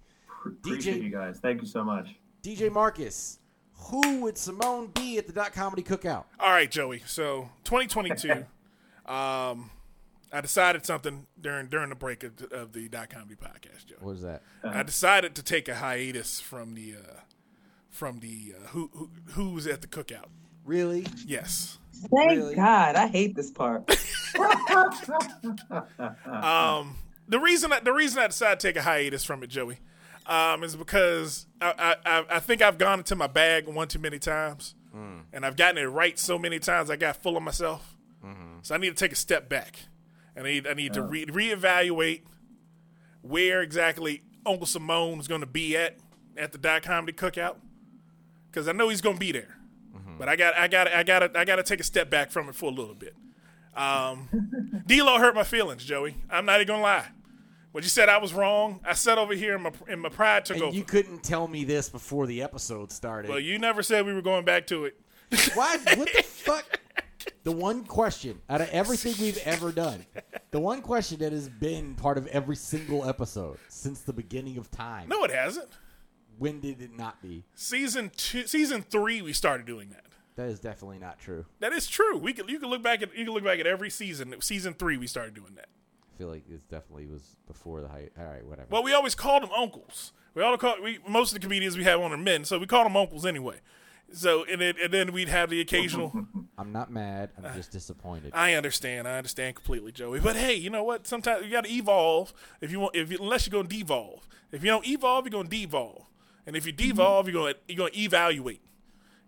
G: Appreciate
F: DJ
G: you guys. Thank you so much.
F: dj marcus who would simone be at the dot comedy cookout
C: All right, Joey. So 2022, um, I decided something during during the break of, the- of the dot comedy podcast, Joey.
F: what is that
C: I decided to take a hiatus from the uh, from the uh, who, who who's at the cookout.
F: really
C: Yes.
E: Thank
F: Really?
E: God. I hate this part.
C: Um, the reason I, the reason I decided to take a hiatus from it, Joey, um, is because I, I I- I think I've gone into my bag one too many times, and I've gotten it right so many times I got full of myself.
F: Mm-hmm.
C: So I need to take a step back, and I need I need to re- reevaluate where exactly Uncle Simone's going to be at at the dot comedy cookout, because I know he's going to be there.
F: Mm-hmm.
C: But I got I got I got I got to take a step back from it for a little bit. Um, D'Lo hurt my feelings, Joey. I'm not even gonna lie. When you said I was wrong, I sat over here and my and my pride took
F: and
C: over.
F: you couldn't tell me this before the episode started
C: well, you never said we were going back to it.
F: Why? What the fuck? The one question out of everything we've ever done, the one question that has been part of every single episode since the beginning of time.
C: No, it hasn't.
F: When did it not be?
C: Season two, season three, we started doing that.
F: That is definitely not true.
C: That is true. We can you can look back at you can look back at every season. Season three, we started doing that.
F: I feel like this definitely was before the height. All right, whatever.
C: Well, we always called them uncles. We all call we most of the comedians we have on are men, so we call them uncles anyway. So and then, and then we'd have the occasional.
F: I'm not mad. I'm just disappointed.
C: I understand. I understand completely, Joey. But hey, you know what? Sometimes you got to evolve if you want. If you, unless you're going to devolve, if you don't evolve, you're going to devolve. And if you
F: Mm-hmm.
C: devolve, you're going to you're going to evaluate.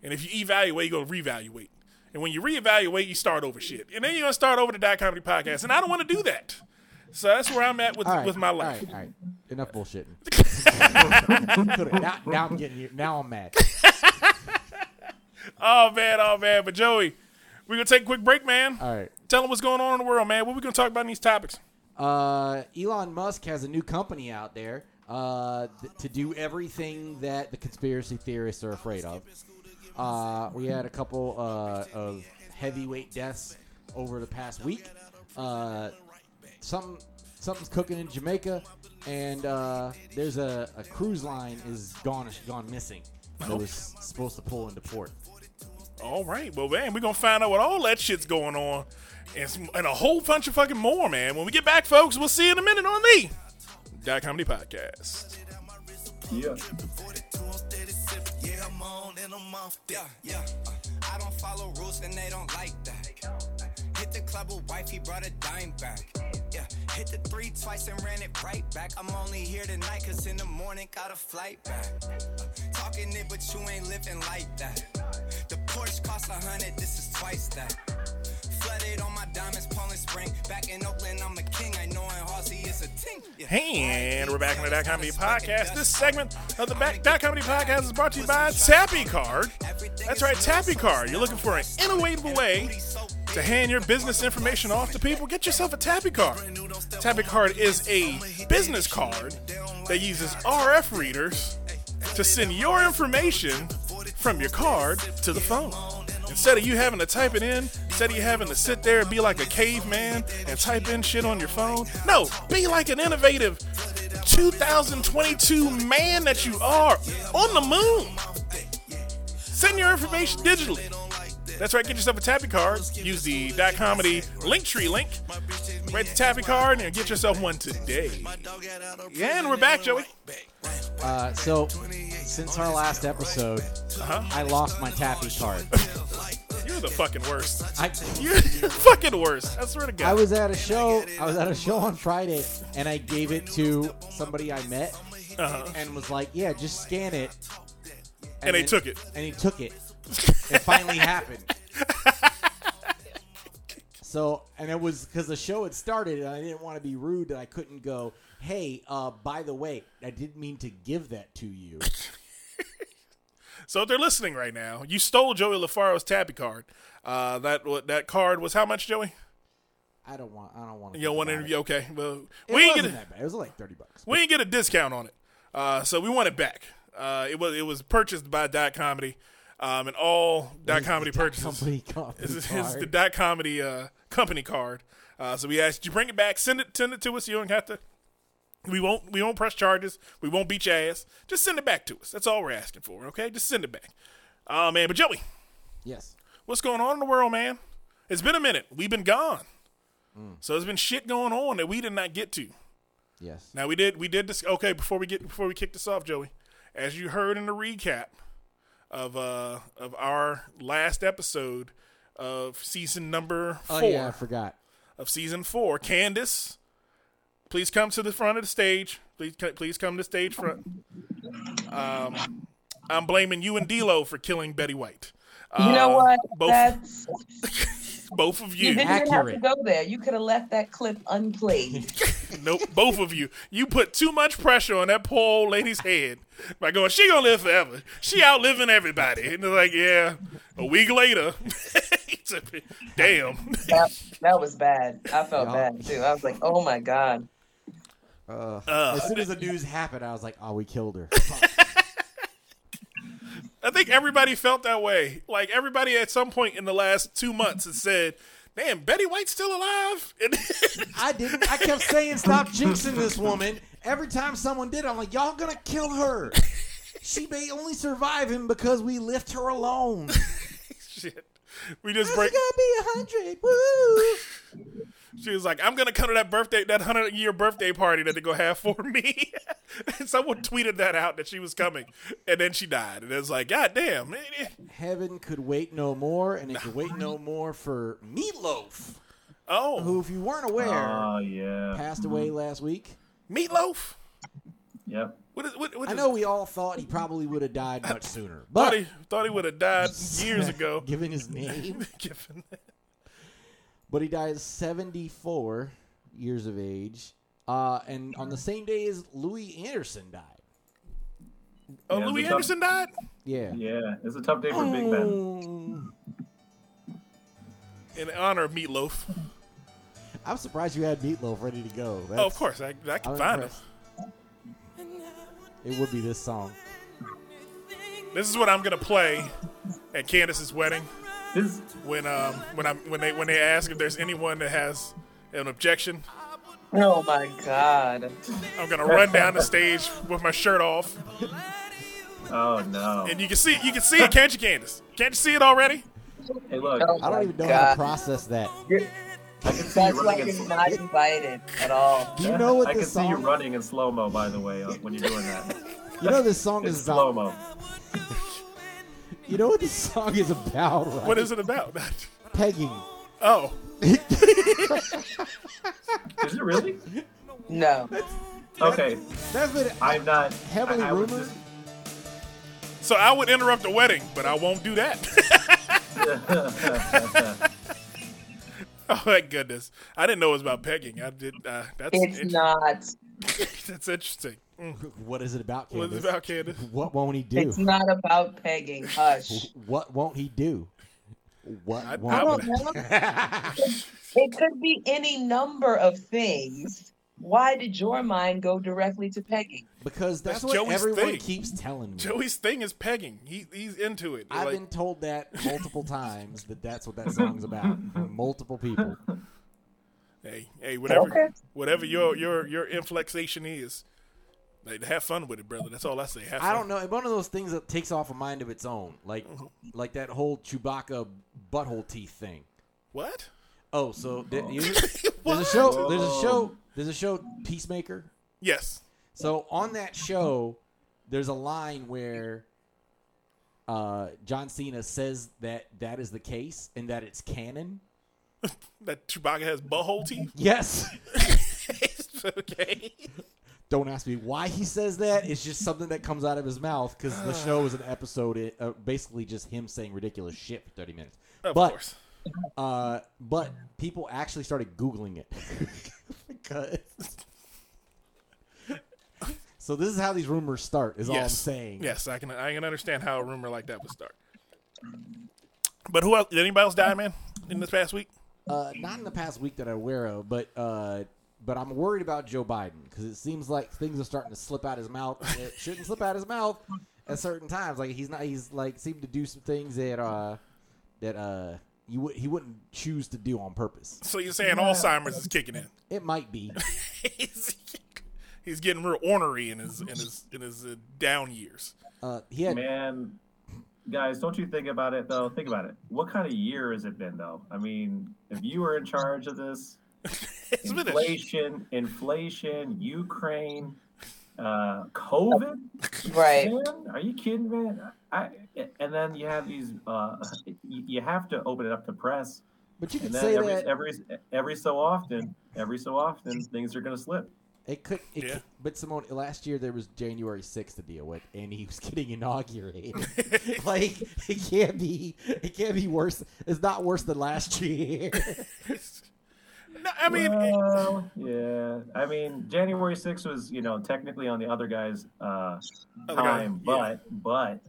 C: And if you evaluate, you're going to reevaluate. And when you reevaluate, you start over shit. And then you're going to start over the Die Comedy Podcast. And I don't want to do that. So that's where I'm at with
F: all right,
C: with my
F: all
C: life.
F: right, all right. Enough bullshitting. Put it- now, now I'm getting you. Now I'm mad.
C: Oh man, oh man. But Joey, we're going to take a quick break, man.
F: All right.
C: Tell them what's going on in the world, man. What we going to talk about in these topics?
F: Uh, Elon Musk has a new company out there uh, th- to do everything that the conspiracy theorists are afraid of. Uh, we had a couple uh, of heavyweight deaths over the past week. Uh, something something's cooking in Jamaica, and uh, there's a, a cruise line is gone gone missing. That was supposed to pull into port.
C: All right, well, man, we're gonna find out what all that shit's going on, and some, and a whole bunch of fucking more, man. When we get back, folks, we'll see you in a minute on the Dot Comedy Podcast.
G: Yeah.
J: Yeah, I'm on and I'm off that. Yeah, uh, I don't follow rules and they don't like that. Hit the club with wife, he brought a dime back. Yeah, hit the three twice and ran it right back. I'm only here tonight cause in the morning got a flight back. Uh, Talking it, but you ain't living like that. The Porsche costs a hundred, this is twice that. Flooded on my diamonds, Poland Spring. Back in Oakland, I'm a king. I know in Halsey is a ting. Yeah.
C: And we're back on the Dot Comedy Podcast. This segment of the back, Dot Comedy Podcast is brought to you by Tappy Card. That's right, Tappy Card. You're looking for an innovative way to hand your business information off to people. Get yourself a Tappy Card. Tappy Card is a business card that uses RF readers to send your information from your card to the phone. Instead of you having to type it in, Instead of you having to sit there and be like a caveman and type in shit on your phone, no, be like an innovative 2022 man that you are on the moon. Send your information digitally. That's right, get yourself a Tappy card. Use the dot comedy link tree link. Write the Tappy card and get yourself one today. Yeah, and we're back, Joey.
F: Uh, so, since our last episode,
C: Uh-huh.
F: I lost my tappy card.
C: You're the fucking worst.
F: I,
C: You're the fucking worst. I swear to
F: I
C: God.
F: was at a show. I was at a show on Friday, and I gave it to somebody I met,
C: Uh-huh.
F: and was like, "Yeah, just scan it."
C: And they
F: then-
C: took it.
F: And he took it. it finally happened. So, and it was because the show had started, and I didn't want to be rude that I couldn't go. Hey, uh, by the way, I didn't mean to give that to you.
C: So if they're listening right now. You stole Joey LaFaro's Tappy card. Uh, that wa- that card was how much, Joey?
F: I don't want. I don't want.
C: You don't want to interview?
F: It
C: Okay. Well,
F: It
C: we ain't get
F: wasn't
C: a,
F: that bad. It was like thirty bucks.
C: we ain't get a discount on it. Uh, so we want it back. Uh, it was it was purchased by Dot Comedy, um, and all Dot Comedy purchases.
F: Company, company
C: This is his,
F: card.
C: the dot comedy uh, company card. Uh, so we asked you bring it back, send it, send it to us. You don't have to. We won't. We won't press charges. We won't beat your ass. Just send it back to us. That's all we're asking for. Okay, just send it back. Oh man, but Joey,
F: yes.
C: what's going on in the world, man? It's been a minute. We've been gone, so there's been shit going on that we did not get to.
F: Yes.
C: Now we did. We did this. Okay, before we get before we kick this off, Joey, as you heard in the recap of uh of our last episode of season number
F: Oh
C: four
F: yeah, I forgot.
C: of season four. Candace, please come to the front of the stage. Please, c- please come to the stage front. Um, I'm blaming you and D'Lo for killing Betty White.
E: You know
C: Uh,
E: what?
C: Both,
E: That's
C: both of
E: you
C: you.
E: didn't even have to
F: Accurate.
E: go there. You could have left that clip unplayed.
C: nope, both of you. You put too much pressure on that poor old lady's head by going, "She gonna live forever. She outliving everybody." And they're like, "Yeah." A week later, it's a- damn.
E: that, that was bad. I felt
F: Yeah.
E: bad too. I was like, oh my god.
F: Uh,
C: Uh,
F: as soon as the news happened, I was like, "Oh, we killed her."
C: I think everybody felt that way. Like everybody at some point in the last two months has said, "Damn, Betty White's still alive." And
F: I didn't. I kept saying, "Stop jinxing this woman." Every time someone did, I'm like, "Y'all gonna kill her." She may only survive him because we left her alone.
C: shit, we just
F: She's
C: break.
F: gonna be a hundred. Woo!
C: She was like, "I'm gonna come to that birthday, that hundred year birthday party that they gonna have for me." and someone tweeted that out that she was coming, and then she died. And it's like, God damn, man, eh."
F: Heaven could wait no more, and it could wait no more for Meatloaf,
C: oh,
F: who, if you weren't aware,
G: Oh yeah.
F: passed away last week.
C: meatloaf.
G: Yep.
C: What is what? what
F: I
C: is-
F: know we all thought he probably would have died much sooner,
C: Thought
F: but
C: he thought he would have died years ago.
F: given his name,
C: Given that.
F: but he died 74 years of age, uh, and on the same day as Louis Anderson died.
C: Oh,
G: Yeah,
C: Louis
G: the top-
C: Anderson died.
F: Yeah.
G: Yeah. It's a tough day for Big Ben.
F: Mm,
C: In honor of Meatloaf.
F: I'm surprised you had Meatloaf ready to go. That's,
C: Oh, of course, I, I can
F: I'm
C: find him.
F: impressed. It would be this song.
C: This is what I'm gonna play at Candace's wedding
G: This
C: when um when I when they when they ask if there's anyone that has an objection.
E: Oh my god.
C: I'm gonna run down the stage with my shirt off,
G: oh no.
C: and you can see you can see it, can't you, Candace? Can't you see it already?
G: Hey look,
E: Oh
F: I
E: my
F: don't even know how to
E: god.
F: process that.
G: I can see you
E: That's why
G: running in
E: you're not invited at all.
F: Do you know what
G: I can
F: this
G: see you
F: song?
G: running in slow mo, by the way, uh, when you're doing that.
F: You know this song
G: It's
F: is
G: slow
F: about.
G: mo.
F: You know what this song is about, right?
C: What is it about?
F: pegging?
C: oh,
G: Is it really?
E: No.
G: Okay,
F: That's been
G: I'm not
F: heavily
G: I, I was
F: rumored.
G: just-
C: so I would interrupt the wedding, but I won't do that. oh my goodness, I didn't know it was about pegging. I did. Uh, that's
E: It's not.
C: that's interesting. Mm.
F: What is it about,
C: What is
F: Candace?
C: it about, Candace?
F: What won't he do?
E: It's not about pegging. Hush.
F: What won't he do? What
C: I- I
F: won't?
E: I don't know. it could be any number of things. Why did your mind go directly to pegging?
F: because that's,
C: That's
F: what
C: Joey's
F: everyone
C: thing.
F: keeps telling me.
C: Joey's thing is pegging. He, he's into it.
F: I've
C: Like,
F: been told that multiple times that that's what that song's about. from multiple people.
C: hey, hey, whatever,
E: Okay.
C: whatever your your your inflexation is, like, have fun with it, brother. That's all I say. Have fun.
F: I don't know. It's one of those things that takes off a mind of its own, like like that whole Chewbacca butthole teeth thing.
C: what.
F: Oh, so th- you- there's a
C: What?
F: show. There's a show. There's a show. Peacemaker.
C: Yes.
F: So on that show, there's a line where uh, John Cena says that that is the case and that it's canon.
C: That Chewbacca has butthole teeth.
F: Yes.
C: It's okay.
F: Don't ask me why he says that. It's just something that comes out of his mouth because the show is an episode, it, uh, basically just him saying ridiculous shit for 30 minutes.
C: Of
F: but
C: course.
F: Uh, but people actually started Googling it because. so this is how these rumors start. Is all I'm
C: Yes.
F: saying.
C: Yes, I can. I can understand how a rumor like that would start. But who else? Did anybody else die, man? In this past week?
F: Uh, not in the past week that I'm aware of, but uh, but I'm worried about Joe Biden because it seems like things are starting to slip out his mouth. and It shouldn't slip out his mouth at certain times. Like he's not. He's like seemed to do some things that uh that uh you would he wouldn't choose to do on purpose.
C: So you're saying Alzheimer's is kicking in?
F: It might be.
C: he's, he's getting real ornery in his in his in his uh, down years.
F: Uh, he had
G: Man, guys, don't you think about it though? Think about it. What kind of year has it been though? I mean, if you were in charge of this,
C: It's been a
G: inflation, inflation, Ukraine, uh, COVID.
E: Right.
G: Man, are you kidding, man? I and then you have these. Uh, you- you have to open it up to press,
F: but you
G: and
F: could
G: then
F: say
G: every
F: that
G: every every so often, every so often, things are going to slip.
F: It could, it
C: Yeah.
F: could- but Simone, last year there was January 6th to deal with, and he was getting inaugurated. like it can't be, it can't be worse. It's not worse than last year.
C: no, I mean,
G: well, yeah. I mean, January 6th was, you know, technically on the other guy's uh,
C: Other guy,
G: time,
C: yeah.
G: but, but,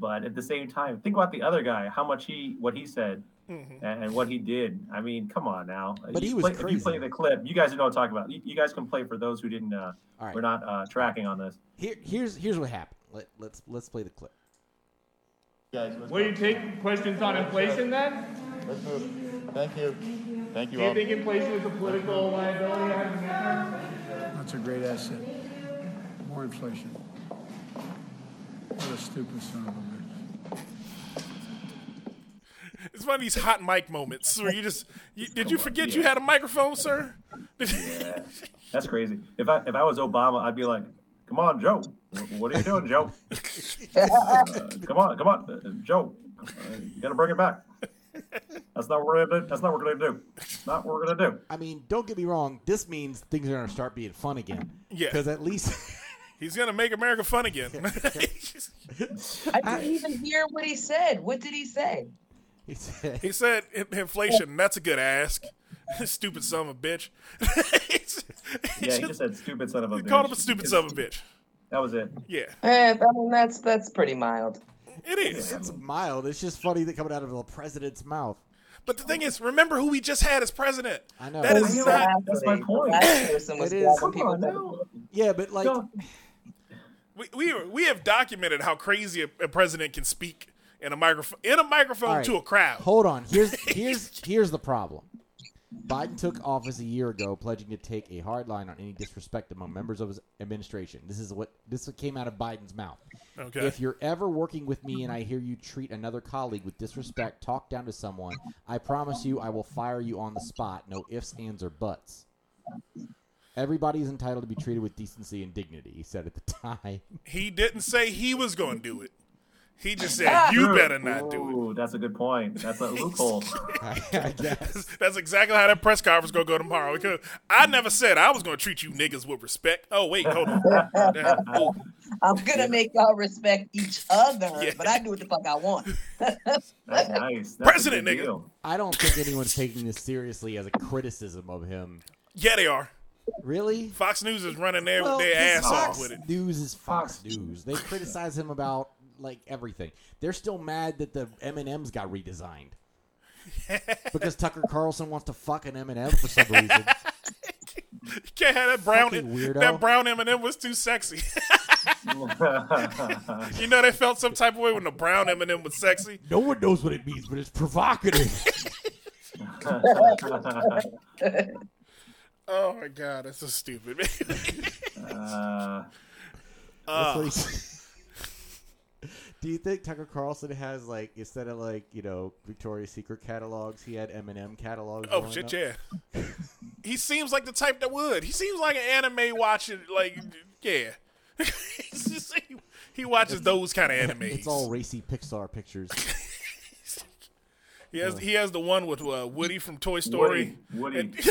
G: but at the same time, think about the other guy, how much he, what he said,
C: Mhm.
G: and, and what he did. I mean, come on now.
F: But
G: You
F: he was
G: play, if
F: crazy.
G: You play the clip. You guys know what I'm talking about. You, you guys can play for those who didn't. Uh,
F: All right.
G: We're not uh, tracking on this.
F: Here, here's here's what happened. Let, let's let's play the clip.
K: Will you take questions on inflation then?
L: Let's move. Thank you. Thank you
K: Do you
L: all.
K: think inflation is a political liability? I haven't mentioned.
M: That's a great asset. More inflation. What a stupid son of a bitch.
C: it's one of these hot mic moments where you just you, did you forget you had a microphone, sir? Did you-
G: That's crazy. If I if I was Obama, I'd be like, "Come on, Joe. Wh- What are you doing, Joe? Uh, come on, come on, uh, Joe. Uh, you gotta bring it back. That's not what we're gonna do. That's not what we're gonna do. Not what we're gonna do.
F: I mean, don't get me wrong. This means things are gonna start being fun again.
C: Yeah.
F: Because at least
C: He's gonna make America fun again.
E: I didn't even hear what he said. What did he say?
F: he said,
C: he said "In- inflation. That's a good ask. Stupid son of a bitch. It's- it's
G: Yeah, he
C: just-
G: just said stupid son of a
C: he
G: bitch.
C: called him a stupid son of a bitch.
G: That was it.
C: Yeah,
E: Eh, I mean, that's that's pretty mild.
C: it is.
F: "It's mild. It's just funny that coming out of the president's mouth."
C: But the thing is, remember who we just had as president.
F: I know.
C: That
F: I
C: is
F: know.
C: not
G: that's my point.
E: Last person was
F: It is.
E: black
G: Come
E: and people
G: on now.
F: Yeah, but like,
G: Don't-
C: We, we we have documented how crazy a, a president can speak in a microphone in a microphone
F: All right.
C: to a crowd.
F: Hold on. Here's here's here's the problem. Biden took office a year ago, pledging to take a hard line on any disrespect among members of his administration. This is what this came out of Biden's mouth.
C: Okay.
F: If you're ever working with me and I hear you treat another colleague with disrespect, talk down to someone, I promise you I will fire you on the spot. No ifs, ands, or buts. Everybody is entitled to be treated with decency and dignity, he said at the time.
C: He didn't say he was going to do it. He just said you better not do
G: Ooh, that's a good point. That's a loophole.
F: I, I guess.
C: it. That's exactly how that press conference gonna go tomorrow. Because I never said I was gonna treat you niggas with respect. Oh wait, hold on. That- oh,
E: I'm gonna make y'all respect each other,
C: Yeah.
E: but I do what the fuck I want.
G: That's nice. That's a
C: President,
G: good
C: nigga.
G: deal.
F: I don't think anyone's taking this seriously as a criticism of him.
C: yeah, they are.
F: Really?
C: Fox News is running their
F: Well,
C: their
F: 'cause
C: ass
F: Fox
C: off with it.
F: News is Fox
G: Fox.
F: News. They criticize him about like everything. They're still mad that the M and M's got redesigned because Tucker Carlson wants to fuck an M and M for some reason.
C: Can't have that brown.
F: Fucking weirdo.
C: That brown M and m was too sexy. you know they felt some type of way when the brown M and m was sexy.
F: No one knows what it means, but it's provocative.
C: Oh my god, that's so stupid.
G: uh,
F: That's
C: Uh,
F: what he- Do you think Tucker Carlson has like instead of like you know Victoria's Secret catalogs, he had M&M catalogs?
C: oh
F: lined
C: shit,
F: up?
C: yeah. he seems like the type that would. He seems like an anime watching. Like yeah, He's just- he, he watches those kind of animes.
F: It's all racy Pixar pictures.
C: He has he has the one with uh, Woody from Toy Story.
G: Woody.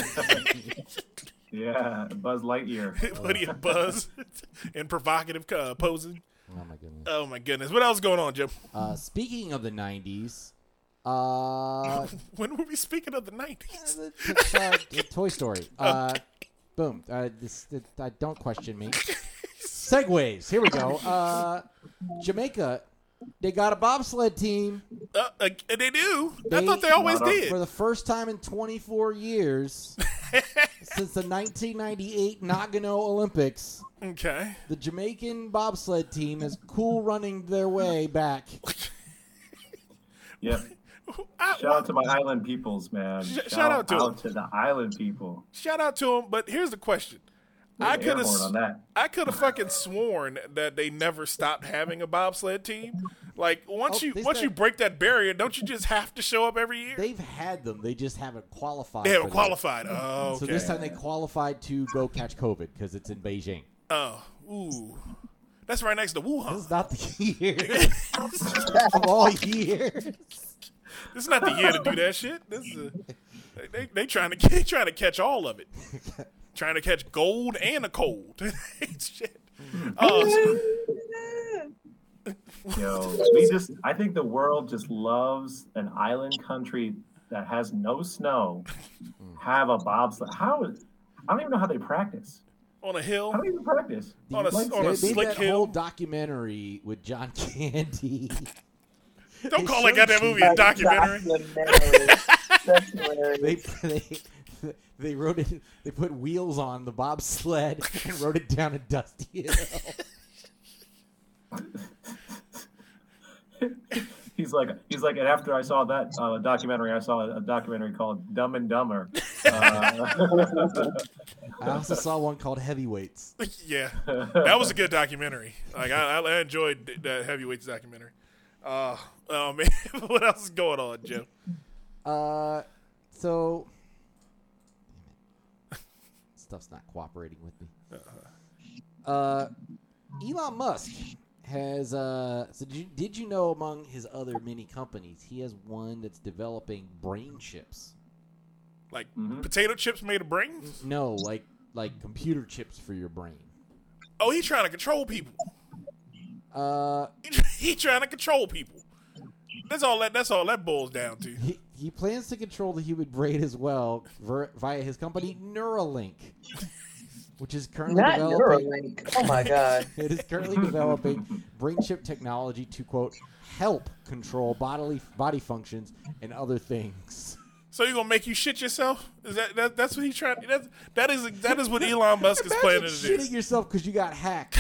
G: yeah, Buzz Lightyear.
C: Woody and Buzz in provocative uh, posing.
F: oh my goodness.
C: Oh my goodness, what else going on, Jim?
F: Uh, speaking of the '90s, uh,
C: When were we speaking of the nineties?
F: the Pixar, the Toy Story. Uh, Boom. Uh, this, th- uh, don't question me. Segways. Here we go. Uh, Jamaica. They got a bobsled team.
C: Uh, uh, they do. I
F: They-
C: thought they always
G: Not a-
C: did.
F: for the first time in 24 years since the 1998 Nagano Olympics,
C: Okay.
F: the Jamaican bobsled team is cool running their way back.
G: Yep.
C: I-
G: Shout out to my island peoples, man.
C: shout out to 'em.
G: to the island people.
C: Shout out to him, but here's the question:
G: There's
C: I
G: an
C: could have,
G: airborne on that.
C: I could have fucking sworn that they never stopped having a bobsled team. Like once
F: Oh,
C: you
F: they
C: once you
F: said-
C: break that barrier, don't you just have to show up every year? They,
F: They've had them, they just haven't qualified.
C: haven't
F: for them.
C: qualified. Oh, okay.
F: So this time they qualified to go catch COVID because it's in Beijing.
C: oh, ooh, that's right next to
F: This
C: Wuhan.
F: is not the year of all years.
C: This is not the year to do that shit. This is a, they, they they trying to they trying to catch all of it, trying to catch gold and a cold. shit. Oh,
G: Yo, we just I think the world just loves an island country that has no snow, have a bobsled. How is I don't even know how they practice.
C: on a hill.
G: How do you practice?
C: On a-
G: Like,
C: on
F: they
C: a-
F: made
C: slick
F: that
C: hill.
F: whole documentary with John Candy.
C: Don't
F: They
C: call that
F: showed
C: goddamn
F: you-
C: movie a documentary.
B: Documentary. That's hilarious.
F: they they they wrote it. They put wheels on the bobsled and rode it down a dusty hill.
G: he's like he's like and after I saw that uh, documentary, I saw a, documentary called Dumb and Dumber. Uh,
F: I also saw one called Heavyweights.
C: Yeah, that was a good documentary. Like I, I enjoyed th- that heavyweights documentary. Uh, oh man, what else is going on, Joe?
F: Uh, so Damn it. stuff's not cooperating with me. Uh, Elon Musk has uh. So did you, did you know among his other many companies, he has one that's developing brain chips.
C: Like
G: Mhm.
C: potato chips made of brains?
F: No, like like computer chips for your brain.
C: Oh, he trying to control people.
F: Uh,
C: He, he trying to control people. That's all that. That's all that boils down to.
F: he, he plans to control the human brain as well ver- via his company Neuralink, which is currently
B: Not
F: developing.
B: Neuralink. Oh my god.
F: It is currently developing brain chip technology to quote help control bodily body functions and other things.
C: So you gonna make you shit yourself? Is that, that that's what he trying? That's that is that is what Elon Musk is
F: Imagine
C: planning to do.
F: shitting yourself because you got hacked.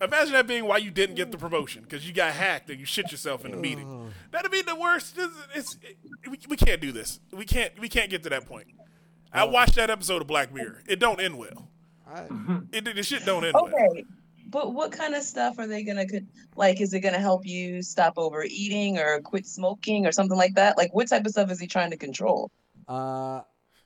C: Imagine that being why you didn't get the promotion because you got hacked and you shit yourself in the meeting. That'd be the worst. This is- It's, it- we, we can't do this. We can't. We can't get to that point. I watched that episode of Black Mirror. It don't end well.
F: I-
C: It the shit don't end well.
B: Okay. But what kind of stuff are they gonna co- like? Is it gonna help you stop overeating or quit smoking or something like that? Like, what type of stuff is he trying to control?
F: Uh,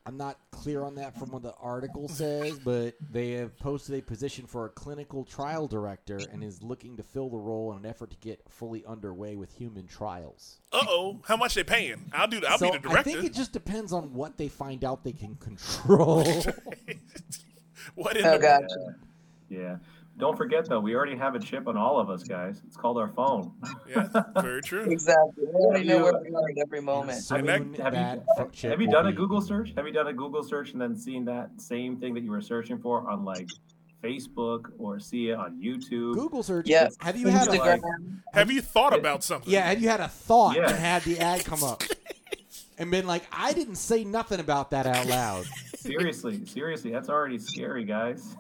F: I'm not clear on that from what the article says, but they have posted a position for a clinical trial director and is looking to fill the role in an effort to get fully underway with human trials.
C: Uh oh, how much they paying? I'll do. I'll
F: so
C: be the
F: I
C: director.
F: think it just depends on what they find out they can control.
C: what in
B: Oh
C: the
B: god.
G: yeah. Don't forget though, we already have a chip on all of us guys. It's called our phone.
C: yeah, very true.
B: Exactly. We already know
G: Yeah.
B: where we are at every moment.
F: Soon
C: that-
G: Have
F: that
G: you,
F: fuck shit
G: have you
F: will
G: done a
F: be-
G: Google search? Have you done a Google search and then seen that same thing that you were searching for on like Facebook or see it on YouTube?
F: Google search.
B: Yeah.
F: Have you had a
B: Instagram.
G: like-
C: Have you thought about something?
F: yeah? Have you had a thought
G: Yeah.
F: and had the ad come up? and been like, I didn't say nothing about that out loud.
G: seriously, seriously, that's already scary, guys.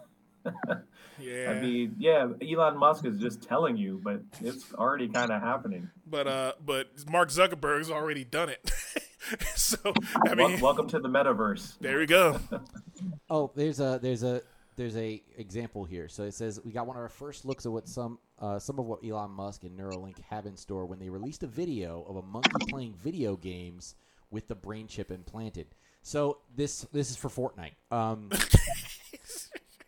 C: Yeah.
G: I mean, yeah, Elon Musk is just telling you, but it's already kind of happening.
C: But uh, but Mark Zuckerberg's already done it. so I
G: Wel-
C: mean,
G: welcome to the metaverse.
C: there we go.
F: Oh, there's a there's a there's a example here. So it says we got one of our first looks at what some uh, some of what Elon Musk and Neuralink have in store when they released a video of a monkey playing video games with the brain chip implanted. So this this is for Fortnite. Um,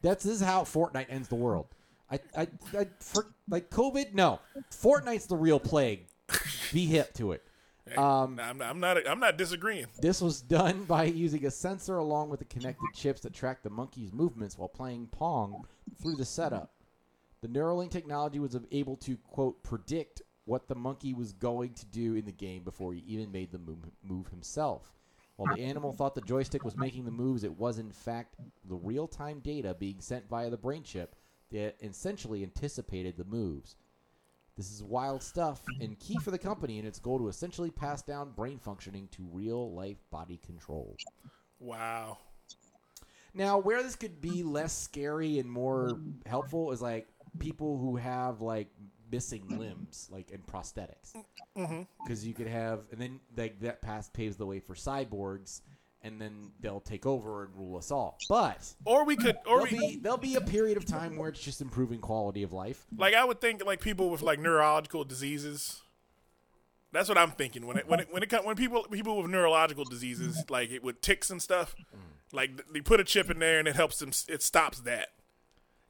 F: that's this is how Fortnite ends the world. I I, I for, like COVID. No, Fortnite's the real plague. Be hip to it. Um,
C: I'm not, I'm not I'm not disagreeing.
F: this was done by using a sensor along with the connected chips that track the monkey's movements while playing Pong through the setup. The Neuralink technology was able to, quote, predict what the monkey was going to do in the game before he even made the move, move himself. While the animal thought the joystick was making the moves, it was, in fact, the real time data being sent via the brain chip that essentially anticipated the moves. This is wild stuff and key for the company in its goal to essentially pass down brain functioning to real life body control.
C: Wow.
F: Now, where this could be less scary and more helpful is like people who have like missing limbs, like in prosthetics,
C: Mhm.
F: because you could have, and then like that pass paves the way for cyborgs, and then they'll take over and rule us all. But
C: Or we could or
F: there'll,
C: we
F: be, there'll be a period of time where it's just improving quality of life.
C: like I would think like people with like neurological diseases. That's what I'm thinking when it when it when it come, when people people with neurological diseases like it with ticks and stuff, like th- they put a chip in there and it helps them. s- It stops that,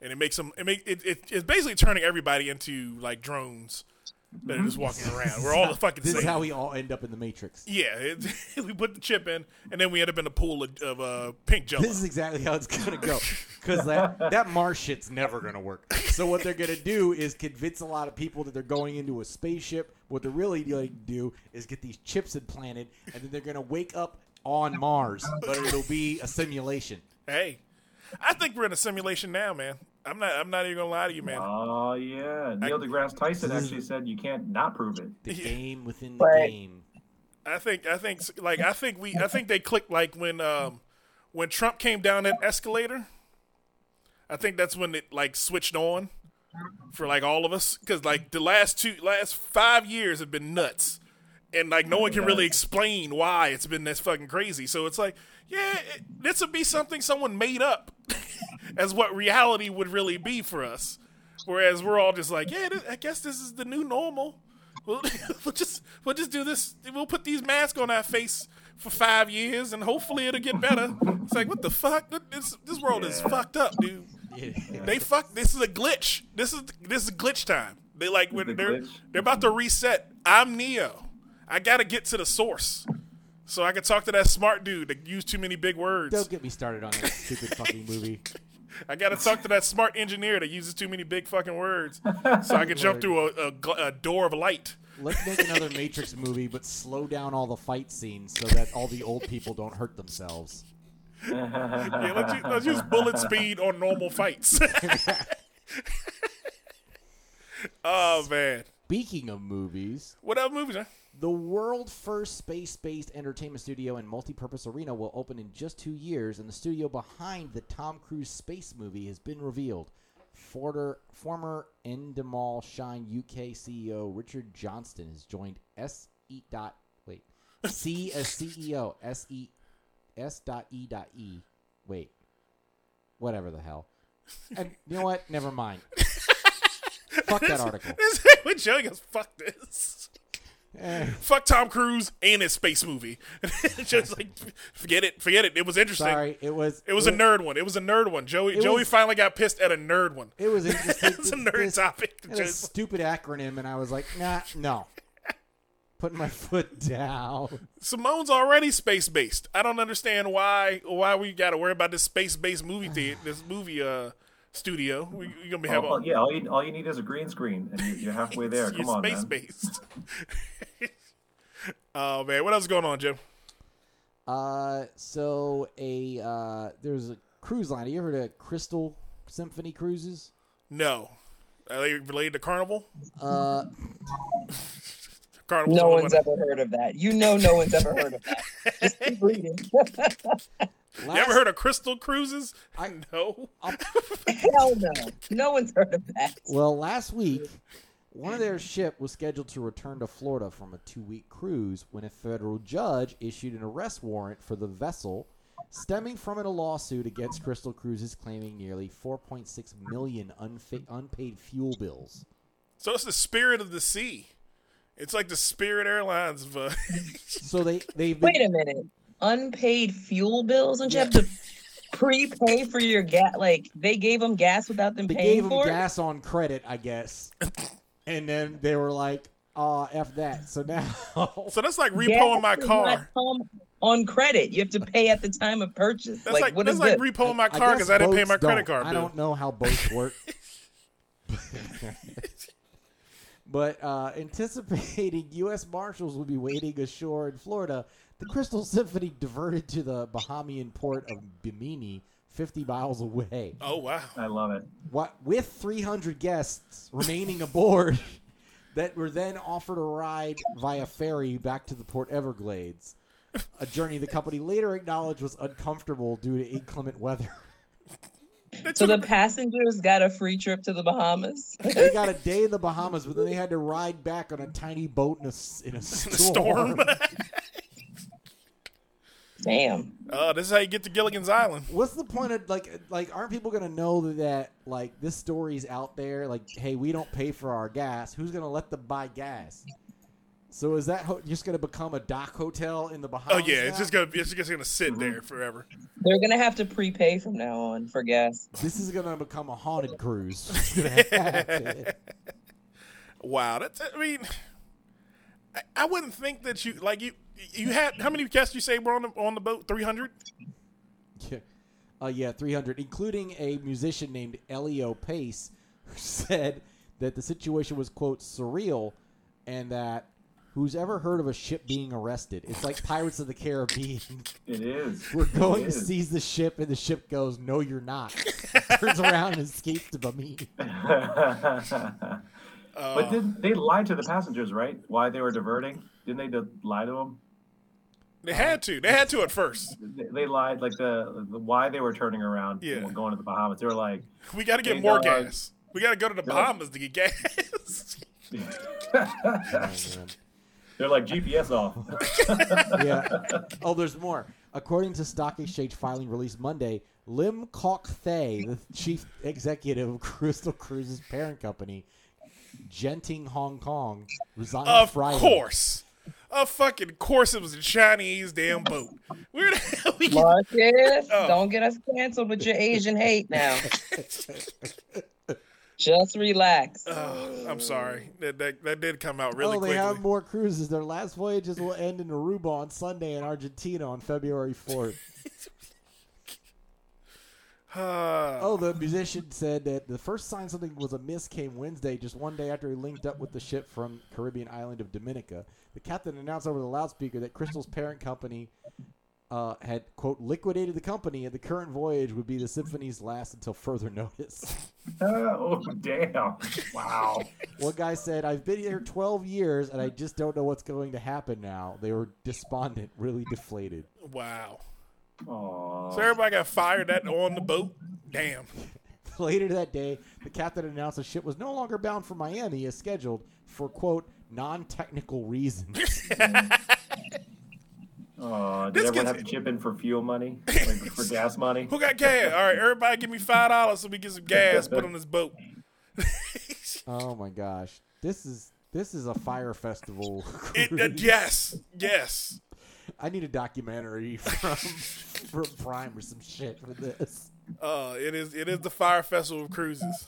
C: and it makes them. It make it, it it's basically turning everybody into like drones that are just walking around. We're all the fucking
F: This
C: same.
F: is how we all end up in the Matrix.
C: yeah, it, we put the chip in, and then we end up in a pool of, of uh, pink jello.
F: This is exactly how it's gonna go, because that that Mars shit's never gonna work. So what they're gonna do is convince a lot of people that they're going into a spaceship. What they're really going to do is get these chips implanted, and then they're gonna wake up on Mars, but it'll be a simulation.
C: hey, I think we're in a simulation now, man. I'm not. I'm not even gonna lie to you, man.
G: Oh yeah, Neil deGrasse Tyson actually said you can't not prove it.
F: The game within the
B: Right.
F: game.
C: I think I think like I think we I think they clicked like when um when Trump came down that escalator. I think that's when it like switched on for like all of us because like the last two last five years have been nuts, and like no one can really explain why it's been this fucking crazy. So it's like yeah, it, this would be something someone made up as what reality would really be for us, whereas we're all just like yeah, th- I guess this is the new normal. We'll, we'll just we'll just do this. We'll put these masks on our face for five years, and hopefully it'll get better. It's like what the fuck? This this world is fucked up, dude. They fuck. This is a glitch. This is this is glitch time. They like when
G: The
C: they're
G: glitch.
C: they're about to reset. I'm Neo. I gotta get to the source, so I can talk to that smart dude that used too many big words.
F: Don't get me started on that stupid fucking movie.
C: I gotta talk to that smart engineer that uses too many big fucking words, so I can jump through a, a, gl- a door of light.
F: Let's make another Matrix movie, but slow down all the fight scenes so that all the old people don't hurt themselves.
C: Yeah, let's, u- let's use bullet speed on normal fights. oh man,
F: Speaking of movies,
C: what other movies? Huh?
F: The world first space based entertainment studio and multipurpose arena will open in just two years, and the studio behind the Tom Cruise space movie has been revealed. Forder, former Endemol Shine UK CEO E Richard Johnston has joined S E dot wait C as CEO S E S dot E dot E wait whatever the hell and you know what never mind fuck that article
C: This with Joey goes, fuck this.
F: Eh.
C: Fuck Tom Cruise and his space movie. Just like forget it, forget it. It was interesting.
F: sorry it was
C: It was a nerd one. It was a nerd one. Joey
F: It
C: Joey
F: was-
C: finally got pissed at a nerd one.
F: It was interesting.
C: It's a nerd topic.
F: It had a
C: Just-
F: stupid acronym, and I was like, nah, no. Putting my foot down.
C: Simone's already space based. I don't understand why why we got to worry about this space based movie theater, this movie uh studio. We, we gonna be having
G: Oh, yeah, all you, all you need is a green screen, and you- you're halfway there. Come on,
C: space
G: man.
C: based. oh man, what else is going on, Jim?
F: Uh, so a uh, there's a cruise line. Have you ever heard of Crystal Symphony Cruises?
C: No, are they related to Carnival?
F: Uh,
C: Carnival.
B: No one's ever heard of that. You know, no one's ever heard of that. Just keep reading.
C: You ever heard of Crystal Cruises?
F: I
C: know.
B: Hell no. No one's heard of that.
F: Well, last week, one of their ship was scheduled to return to Florida from a two-week cruise when a federal judge issued an arrest warrant for the vessel, stemming from a lawsuit against Crystal Cruises claiming nearly 4.6 million unfa- unpaid fuel bills.
C: So it's the spirit of the sea. It's like the Spirit Airlines, but
F: So they they've been,
B: Wait a minute. Unpaid fuel bills? Don't you have to prepay for your gas? Like, they gave them gas without them
F: they
B: paying
F: gave them
B: for it?
F: gas on credit, I guess, and then they were like, "Ah, f that." So now,
C: so that's like
B: Gas
C: repoing my
B: does not
C: car.
B: come on credit. You have to pay at the time of purchase.
C: That's like,
B: what
C: that's
B: is
C: like
B: this?
C: repoing my
F: I
C: car because
F: guess
C: I, didn't pay
F: boats
C: my credit
F: don't.
C: card
F: I
C: bill.
F: don't know how boats work. but uh, anticipating U.S. Marshals will be waiting ashore in Florida, the Crystal Symphony diverted to the Bahamian port of Bimini, 50 miles away.
C: Oh wow!
G: I love it.
F: What with 300 guests remaining aboard that were then offered a ride via ferry back to the Port Everglades, a journey the company later acknowledged was uncomfortable due to inclement weather.
B: So the passengers got a free trip to the Bahamas.
F: they got a day in the Bahamas, but then they had to ride back on a tiny boat in a, s- in a storm.
C: storm.
B: Damn.
C: Uh, this is how you get to Gilligan's Island.
F: What's the point of like like aren't people gonna know that like this story's out there? Like, hey, we don't pay for our gas. Who's gonna let them buy gas? So is that ho- just gonna become a dock hotel in the
C: Oh
F: Bahamas?
C: yeah, it's
F: now?
C: just gonna it's just gonna
B: Mm-hmm.
C: sit there forever.
B: They're going to have to prepay from now on for gas.
F: this is gonna become a haunted cruise. It's gonna happen.
C: Wow, that's I mean, I, I wouldn't think that you like you you had how many guests you say were on the on the boat? Three hundred.
F: Yeah. Uh, yeah, 300, including a musician named Elio Pace, who said that the situation was, quote, surreal, and that who's ever heard of a ship being arrested? It's like Pirates of the Caribbean.
G: It is.
F: We're going
G: It
F: to
G: is.
F: seize the ship, and the ship goes, no, you're not. Turns around and escapes to Bami.
C: Uh,
G: but did they lied to the passengers, right? Why they were diverting? Didn't they d- lie to them?
F: Uh,
C: They had to. They had to at first.
G: They, they lied like the, the why they were turning around
C: Yeah.
G: and going to the Bahamas. They were like,
C: We got to get
G: Hey,
C: more
G: dog.
C: gas. We got to go to the Bahamas to get gas.
G: they're like GPS off.
F: yeah. Oh, there's more. According to stock exchange filing released Monday, Lim Kok Thay, the chief executive of Crystal Cruises' parent company, Genting Hong Kong, resigned
C: of
F: Friday.
C: course. Of fucking course, it was a Chinese damn boat. Where the hell we get?
B: Marcus,
C: Oh.
B: don't get us canceled with your Asian hate now. Just relax.
C: Oh, I'm sorry. That, that that did come out really
F: Oh, they
C: quickly.
F: have more cruises. Their last voyages will end in Aruba on Sunday and Argentina on February 4th.
C: Uh,
F: Oh, the musician said that the first sign something was amiss came Wednesday, just one day after he linked up with the ship from Caribbean island of Dominica. The captain announced over the loudspeaker that Crystal's parent company uh, had quote liquidated the company, and the current voyage would be the symphony's last until further notice.
G: oh damn! Wow.
F: One guy said, "I've been here 12 years, and I just don't know what's going to happen now." They were despondent, really deflated.
C: wow.
G: Aw.
C: So everybody got fired that on the boat. Damn.
F: Later that day, the captain announced the ship was no longer bound for Miami as scheduled for quote non-technical reasons.
G: Aw, did
C: This
G: everyone
C: gets-
G: have to chip in for fuel money, like, for gas money?
C: Who got gas? All right, everybody, give me five dollars so we get some gas put on this boat.
F: Oh my gosh, this is this is a fire festival.
C: It, uh, yes, yes.
F: I need a documentary from from Prime or some shit for this.
C: Uh, it is. It is the fire festival of cruises.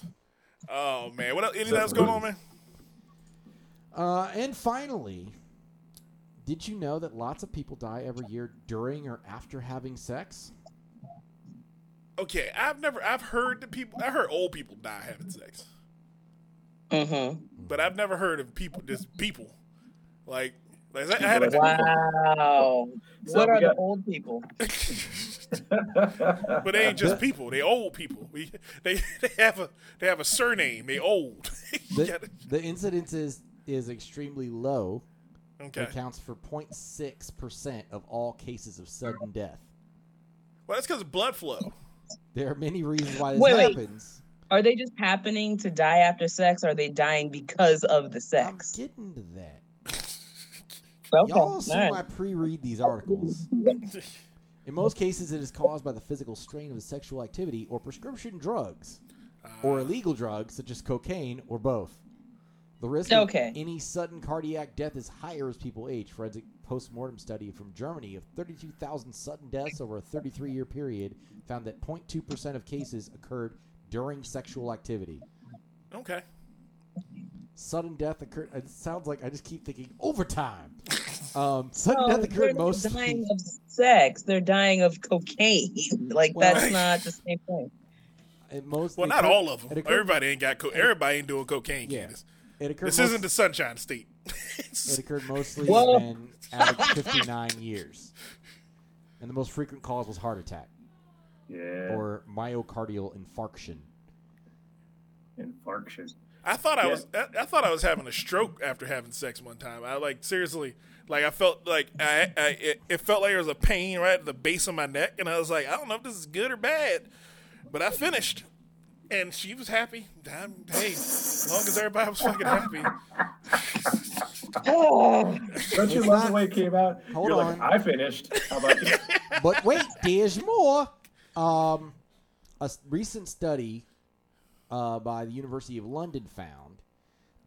C: Oh man, what else? Anything else going on, man?
F: Uh, and finally, did you know that lots of people die every year during or after having sex?
C: Okay, I've never. I've heard the people. I heard old people die having sex,
B: Mm-hmm.
C: but I've never heard of people just people like. Like I I had a,
B: Wow.
G: So
B: what
G: we
B: are
G: got-
B: the old people?
C: but they ain't just people. They old people. We, they they have a they have a surname. They old. You
F: The,
C: gotta-
F: the incidence is is extremely low, It accounts for 0.6 percent of all cases of sudden death.
C: Well, that's because of blood flow.
F: There are many reasons why this
B: Wait, wait.
F: happens.
B: Are they just happening to die after sex? Or are they dying because of the sex?
F: I'm getting to that.
B: Okay.
F: Y'all assume
B: all
F: I
B: right.
F: pre-read these articles. In most cases, it is caused by the physical strain of sexual activity or prescription drugs,
C: Uh,
F: or illegal drugs such as cocaine or both. The risk
B: Okay.
F: of any sudden cardiac death is higher as people age. Forensic postmortem study from Germany of 32,000 sudden deaths over a 33-year period found that 0.2% of cases occurred during sexual activity.
C: Okay.
F: Sudden death occurred. It sounds like I just keep thinking overtime. Um, sudden
B: Oh,
F: death occurred
B: they're not
F: most.
B: dying of sex. They're dying of cocaine. Like
F: Well-
B: that's not the same thing.
F: It most
C: Well,
F: it
C: not
F: occurred-
C: all of
F: it
C: them.
F: occurred-
C: Everybody ain't got co- everybody ain't doing cocaine.
F: Yeah.
C: Candace.
F: It occurred.
C: This
F: most-
C: isn't the Sunshine State.
F: It occurred mostly
B: Whoa.
F: in average 59 years, and the most frequent cause was heart attack
G: Yeah.
F: or myocardial infarction.
G: Infarction.
C: I thought I
G: Yeah.
C: was I, I thought I was having a stroke after having sex one time. I like seriously like I felt like I, I it, it felt like there was a pain right at the base of my neck, and I was like, I don't know if this is good or bad, but I finished, and she was happy. I'm, hey, as long as everybody was fucking happy,
G: Don't you love the way it came out?
F: Hold
G: You're
F: on.
G: like, I finished. How about you?
F: But wait, there's more. Um, a s- recent study uh, by the University of London found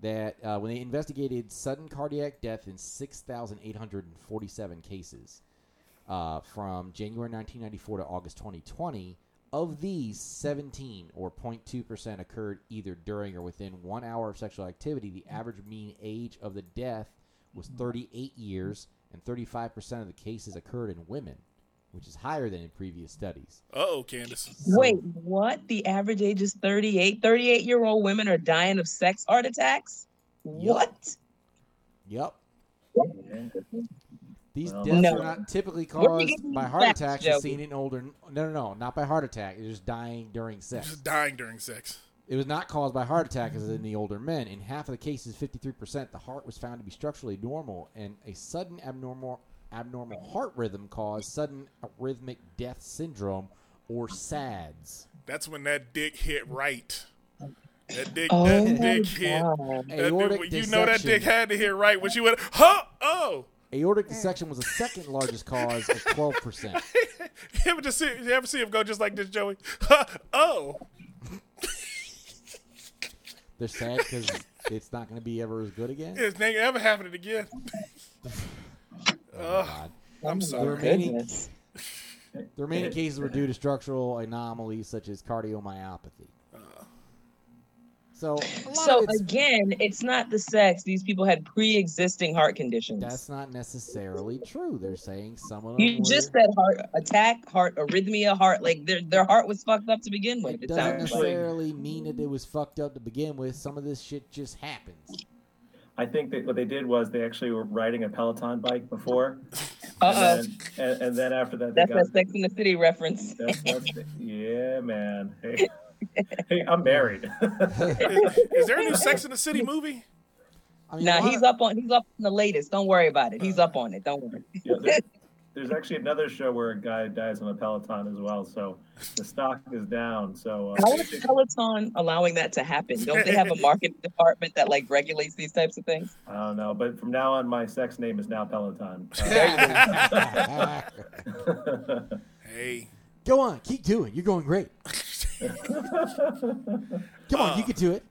F: that uh, when they investigated sudden cardiac death in 6,847 cases uh, from January 1994 to August 2020, of these, 17 or 0.2% occurred either during or within one hour of sexual activity. The average mean age of the death was 38 years, and 35% of the cases occurred in women, which is higher than in previous studies.
C: uh oh, Candace,
F: So-
B: Wait, what? The average age is 38. 38 year old women are dying of sex heart attacks? What?
F: Yep.
G: Yeah.
F: These
G: Well,
F: deaths
B: No.
F: are not typically
B: Where are you
F: caused
B: getting
F: by
B: these
F: heart
B: facts,
F: attacks
B: Joey?
F: as seen in older. No, no, no, not by heart attack. They're just dying during sex.
C: just dying during sex.
F: It was not caused by heart attack as in the older men. In half of the cases, 53%, the heart was found to be structurally normal, and a sudden abnormal abnormal heart rhythm caused sudden arrhythmic death syndrome, or SADS.
C: That's when that dick hit right. That dick,
B: Oh
C: that
B: my
C: dick hit.
B: God.
C: That
F: Aortic
C: dick, you know that
F: dissection.
C: dick had to hit right when she went, huh? Oh.
B: Mm.
F: Aortic dissection was the second largest cause of 12%.
C: You ever just see you ever see him go just like this, Joey? Huh, oh,
F: They're sad because it's not going to be ever as good again.
C: it's never ever happening again. Uh,
F: Oh, my God.
C: I'm
F: The
C: sorry.
F: remaining,
B: Goodness.
F: the remaining cases were due to structural anomalies such as cardiomyopathy. So, a lot
B: So
F: of it's
B: again, it's not the sex. These people had pre existing heart conditions.
F: That's not necessarily true. They're saying some of them.
B: you
F: were-
B: just said heart attack, heart arrhythmia, heart like their their heart was fucked up to begin with.
F: it
B: It
F: doesn't
B: sounds like
F: necessarily mean that it was fucked up to begin with. Some of this shit just happens.
G: I think that what they did was they actually were riding a Peloton bike before,
B: uh oh,
G: and, then, and, and then after that they
B: that's
G: got.
B: that Sex in the City reference.
G: That's, that's the- yeah, man. Hey, hey, I'm married.
C: Is, is there a new Sex in the City movie?
F: I mean,
B: Now
F: a lot
B: he's
F: of-
B: up on he's up on the latest. Don't worry about it. He's up on it. Don't worry.
G: Yeah, there- there's actually another show where a guy dies on a Peloton as well, so the stock is down. So uh,
B: How is Peloton allowing that to happen? Don't they have a marketing department that like regulates these types of things?
G: I don't know. But from now on, my sex name is now Peloton. Uh,
C: Hey,
F: Go on, keep doing. You're going great. Come on, you can do it.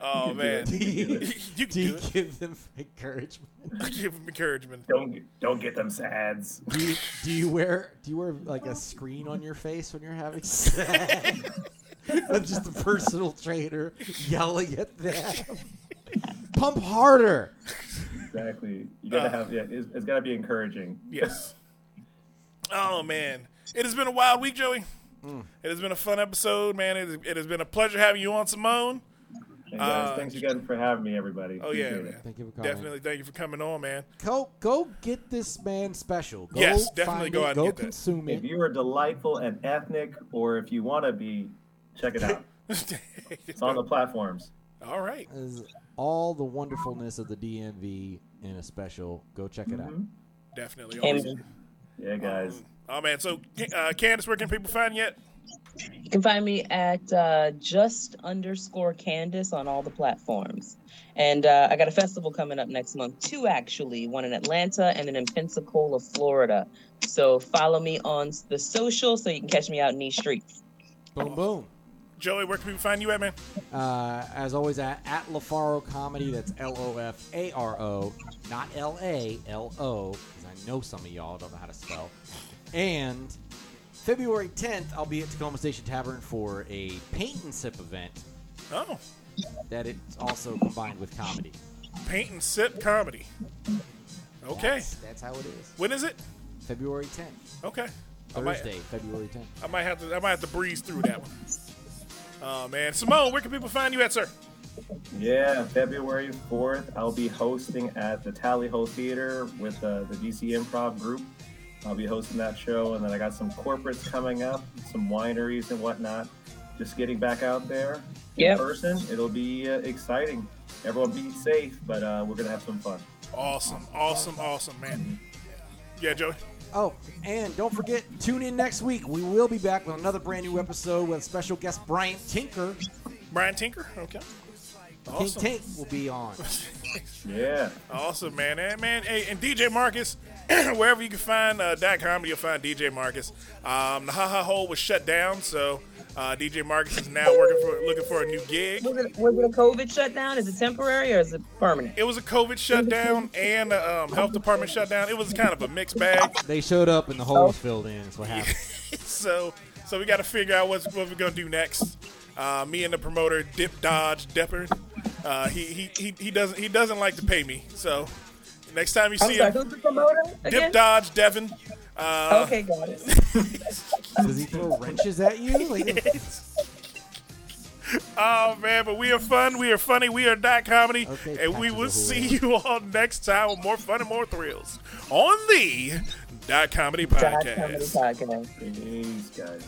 C: oh
G: do it.
C: man, Uh, you can
F: do
C: do
F: you
C: it.
F: give them encouragement?
C: Give him encouragement.
G: don't don't get them sads.
F: Do you, do you wear do you wear like a screen on your face when you're having sex? I'm just a personal trainer yelling at them. Pump harder.
G: Exactly. You
C: Uh.
G: gotta have yeah. It's, it's gotta be encouraging.
C: Yes. Oh man, it has been a wild week, Joey.
F: Hmm.
C: It has been a fun episode, man. It, it has been a pleasure having you on, Simone.
G: And guys,
C: Uh,
G: thanks again for having me, everybody.
C: Oh yeah,
G: Appreciate it.
C: man.
F: Thank you for calling.
C: Definitely, thank you for coming on, man.
F: Go go get this man special. Go
C: Yes, definitely
F: find
C: go
F: it,
C: out and
F: go
C: get that.
F: consume
G: If
F: it.
G: you are delightful and ethnic, or if you want to be, check it out. It's on the platforms.
C: All right.
F: Is all the wonderfulness of the DMV
E: in a special. Go check it out.
C: Definitely. Awesome.
G: Yeah, guys.
C: Oh man, so uh, Candace, where can people find you at?
B: You can find me at uh, just underscore Candace on all the platforms. And uh, I got a festival coming up next month, two actually, one in Atlanta and then in Pensacola, Florida. So follow me on the social so you can catch me out in these streets.
E: Boom, boom.
C: Joey, where can people find you at, man?
E: Uh, as always, at, at LaFaro Comedy. That's L O F A R O, not L A L O, because I know some of y'all don't know how to spell. And February 10th, I'll be at Tacoma Station Tavern for a paint and sip event
C: Oh,
E: that it's also combined with comedy.
C: Paint and Sip Comedy. Okay.
E: That's, that's how it is.
C: When is it?
E: February 10th,
C: Okay. I might-
E: Thursday, February 10th.
C: I might have to. I might have to breeze through that one. Oh man, Simone, where can people find you at, sir?
G: Yeah, February 4th, I'll be hosting at the Tally Ho Theater with uh, the DC Improv Group. I'll be hosting that show, and then I got some corporates coming up, some wineries and whatnot. Just getting back out there
B: Yep.
G: in person. It'll be uh, exciting. Everyone be safe, but uh, we're going to have some fun.
C: Awesome, awesome, awesome, man. Yeah, Joey.
E: Oh, and don't forget, tune in next week. We will be back with another brand new episode with special guest Brian Tinker.
C: Brian Tinker. Okay. Awesome.
E: Tink Tink will be on.
G: Yeah.
C: Awesome, man. And man, hey, and DJ Marcus, wherever you can find uh, dot comedy, you'll find DJ Marcus. Um, the Ha Ha Hole was shut down, so uh, DJ Marcus is now working for looking for a new gig.
B: Was it, was it a COVID shutdown? Is it temporary or is it permanent?
C: It was a COVID shutdown and a um, health department shutdown. It was kind of a mixed bag.
E: They showed up and the hole was filled in. That's what happened.
C: so so we got to figure out what's, what we're gonna do next. Uh, me and the promoter Dip Dodge Depper. Uh, he, he he he doesn't he doesn't like to pay me. So next time you
B: I'm
C: see
B: sorry,
C: him,
B: who's the promoter again?
C: Dip Dodge Devin. Uh,
B: Okay, got it.
E: Does he throw wrenches at you? Like,
C: Oh man, but we are fun. We are funny. We are dot comedy,
E: Okay,
C: and we
E: Tactical
C: will see
E: Julio.
C: you all next time with more fun and more thrills on the dot comedy
B: Dot Comedy
C: podcast.
B: Podcast.
G: Peace, guys.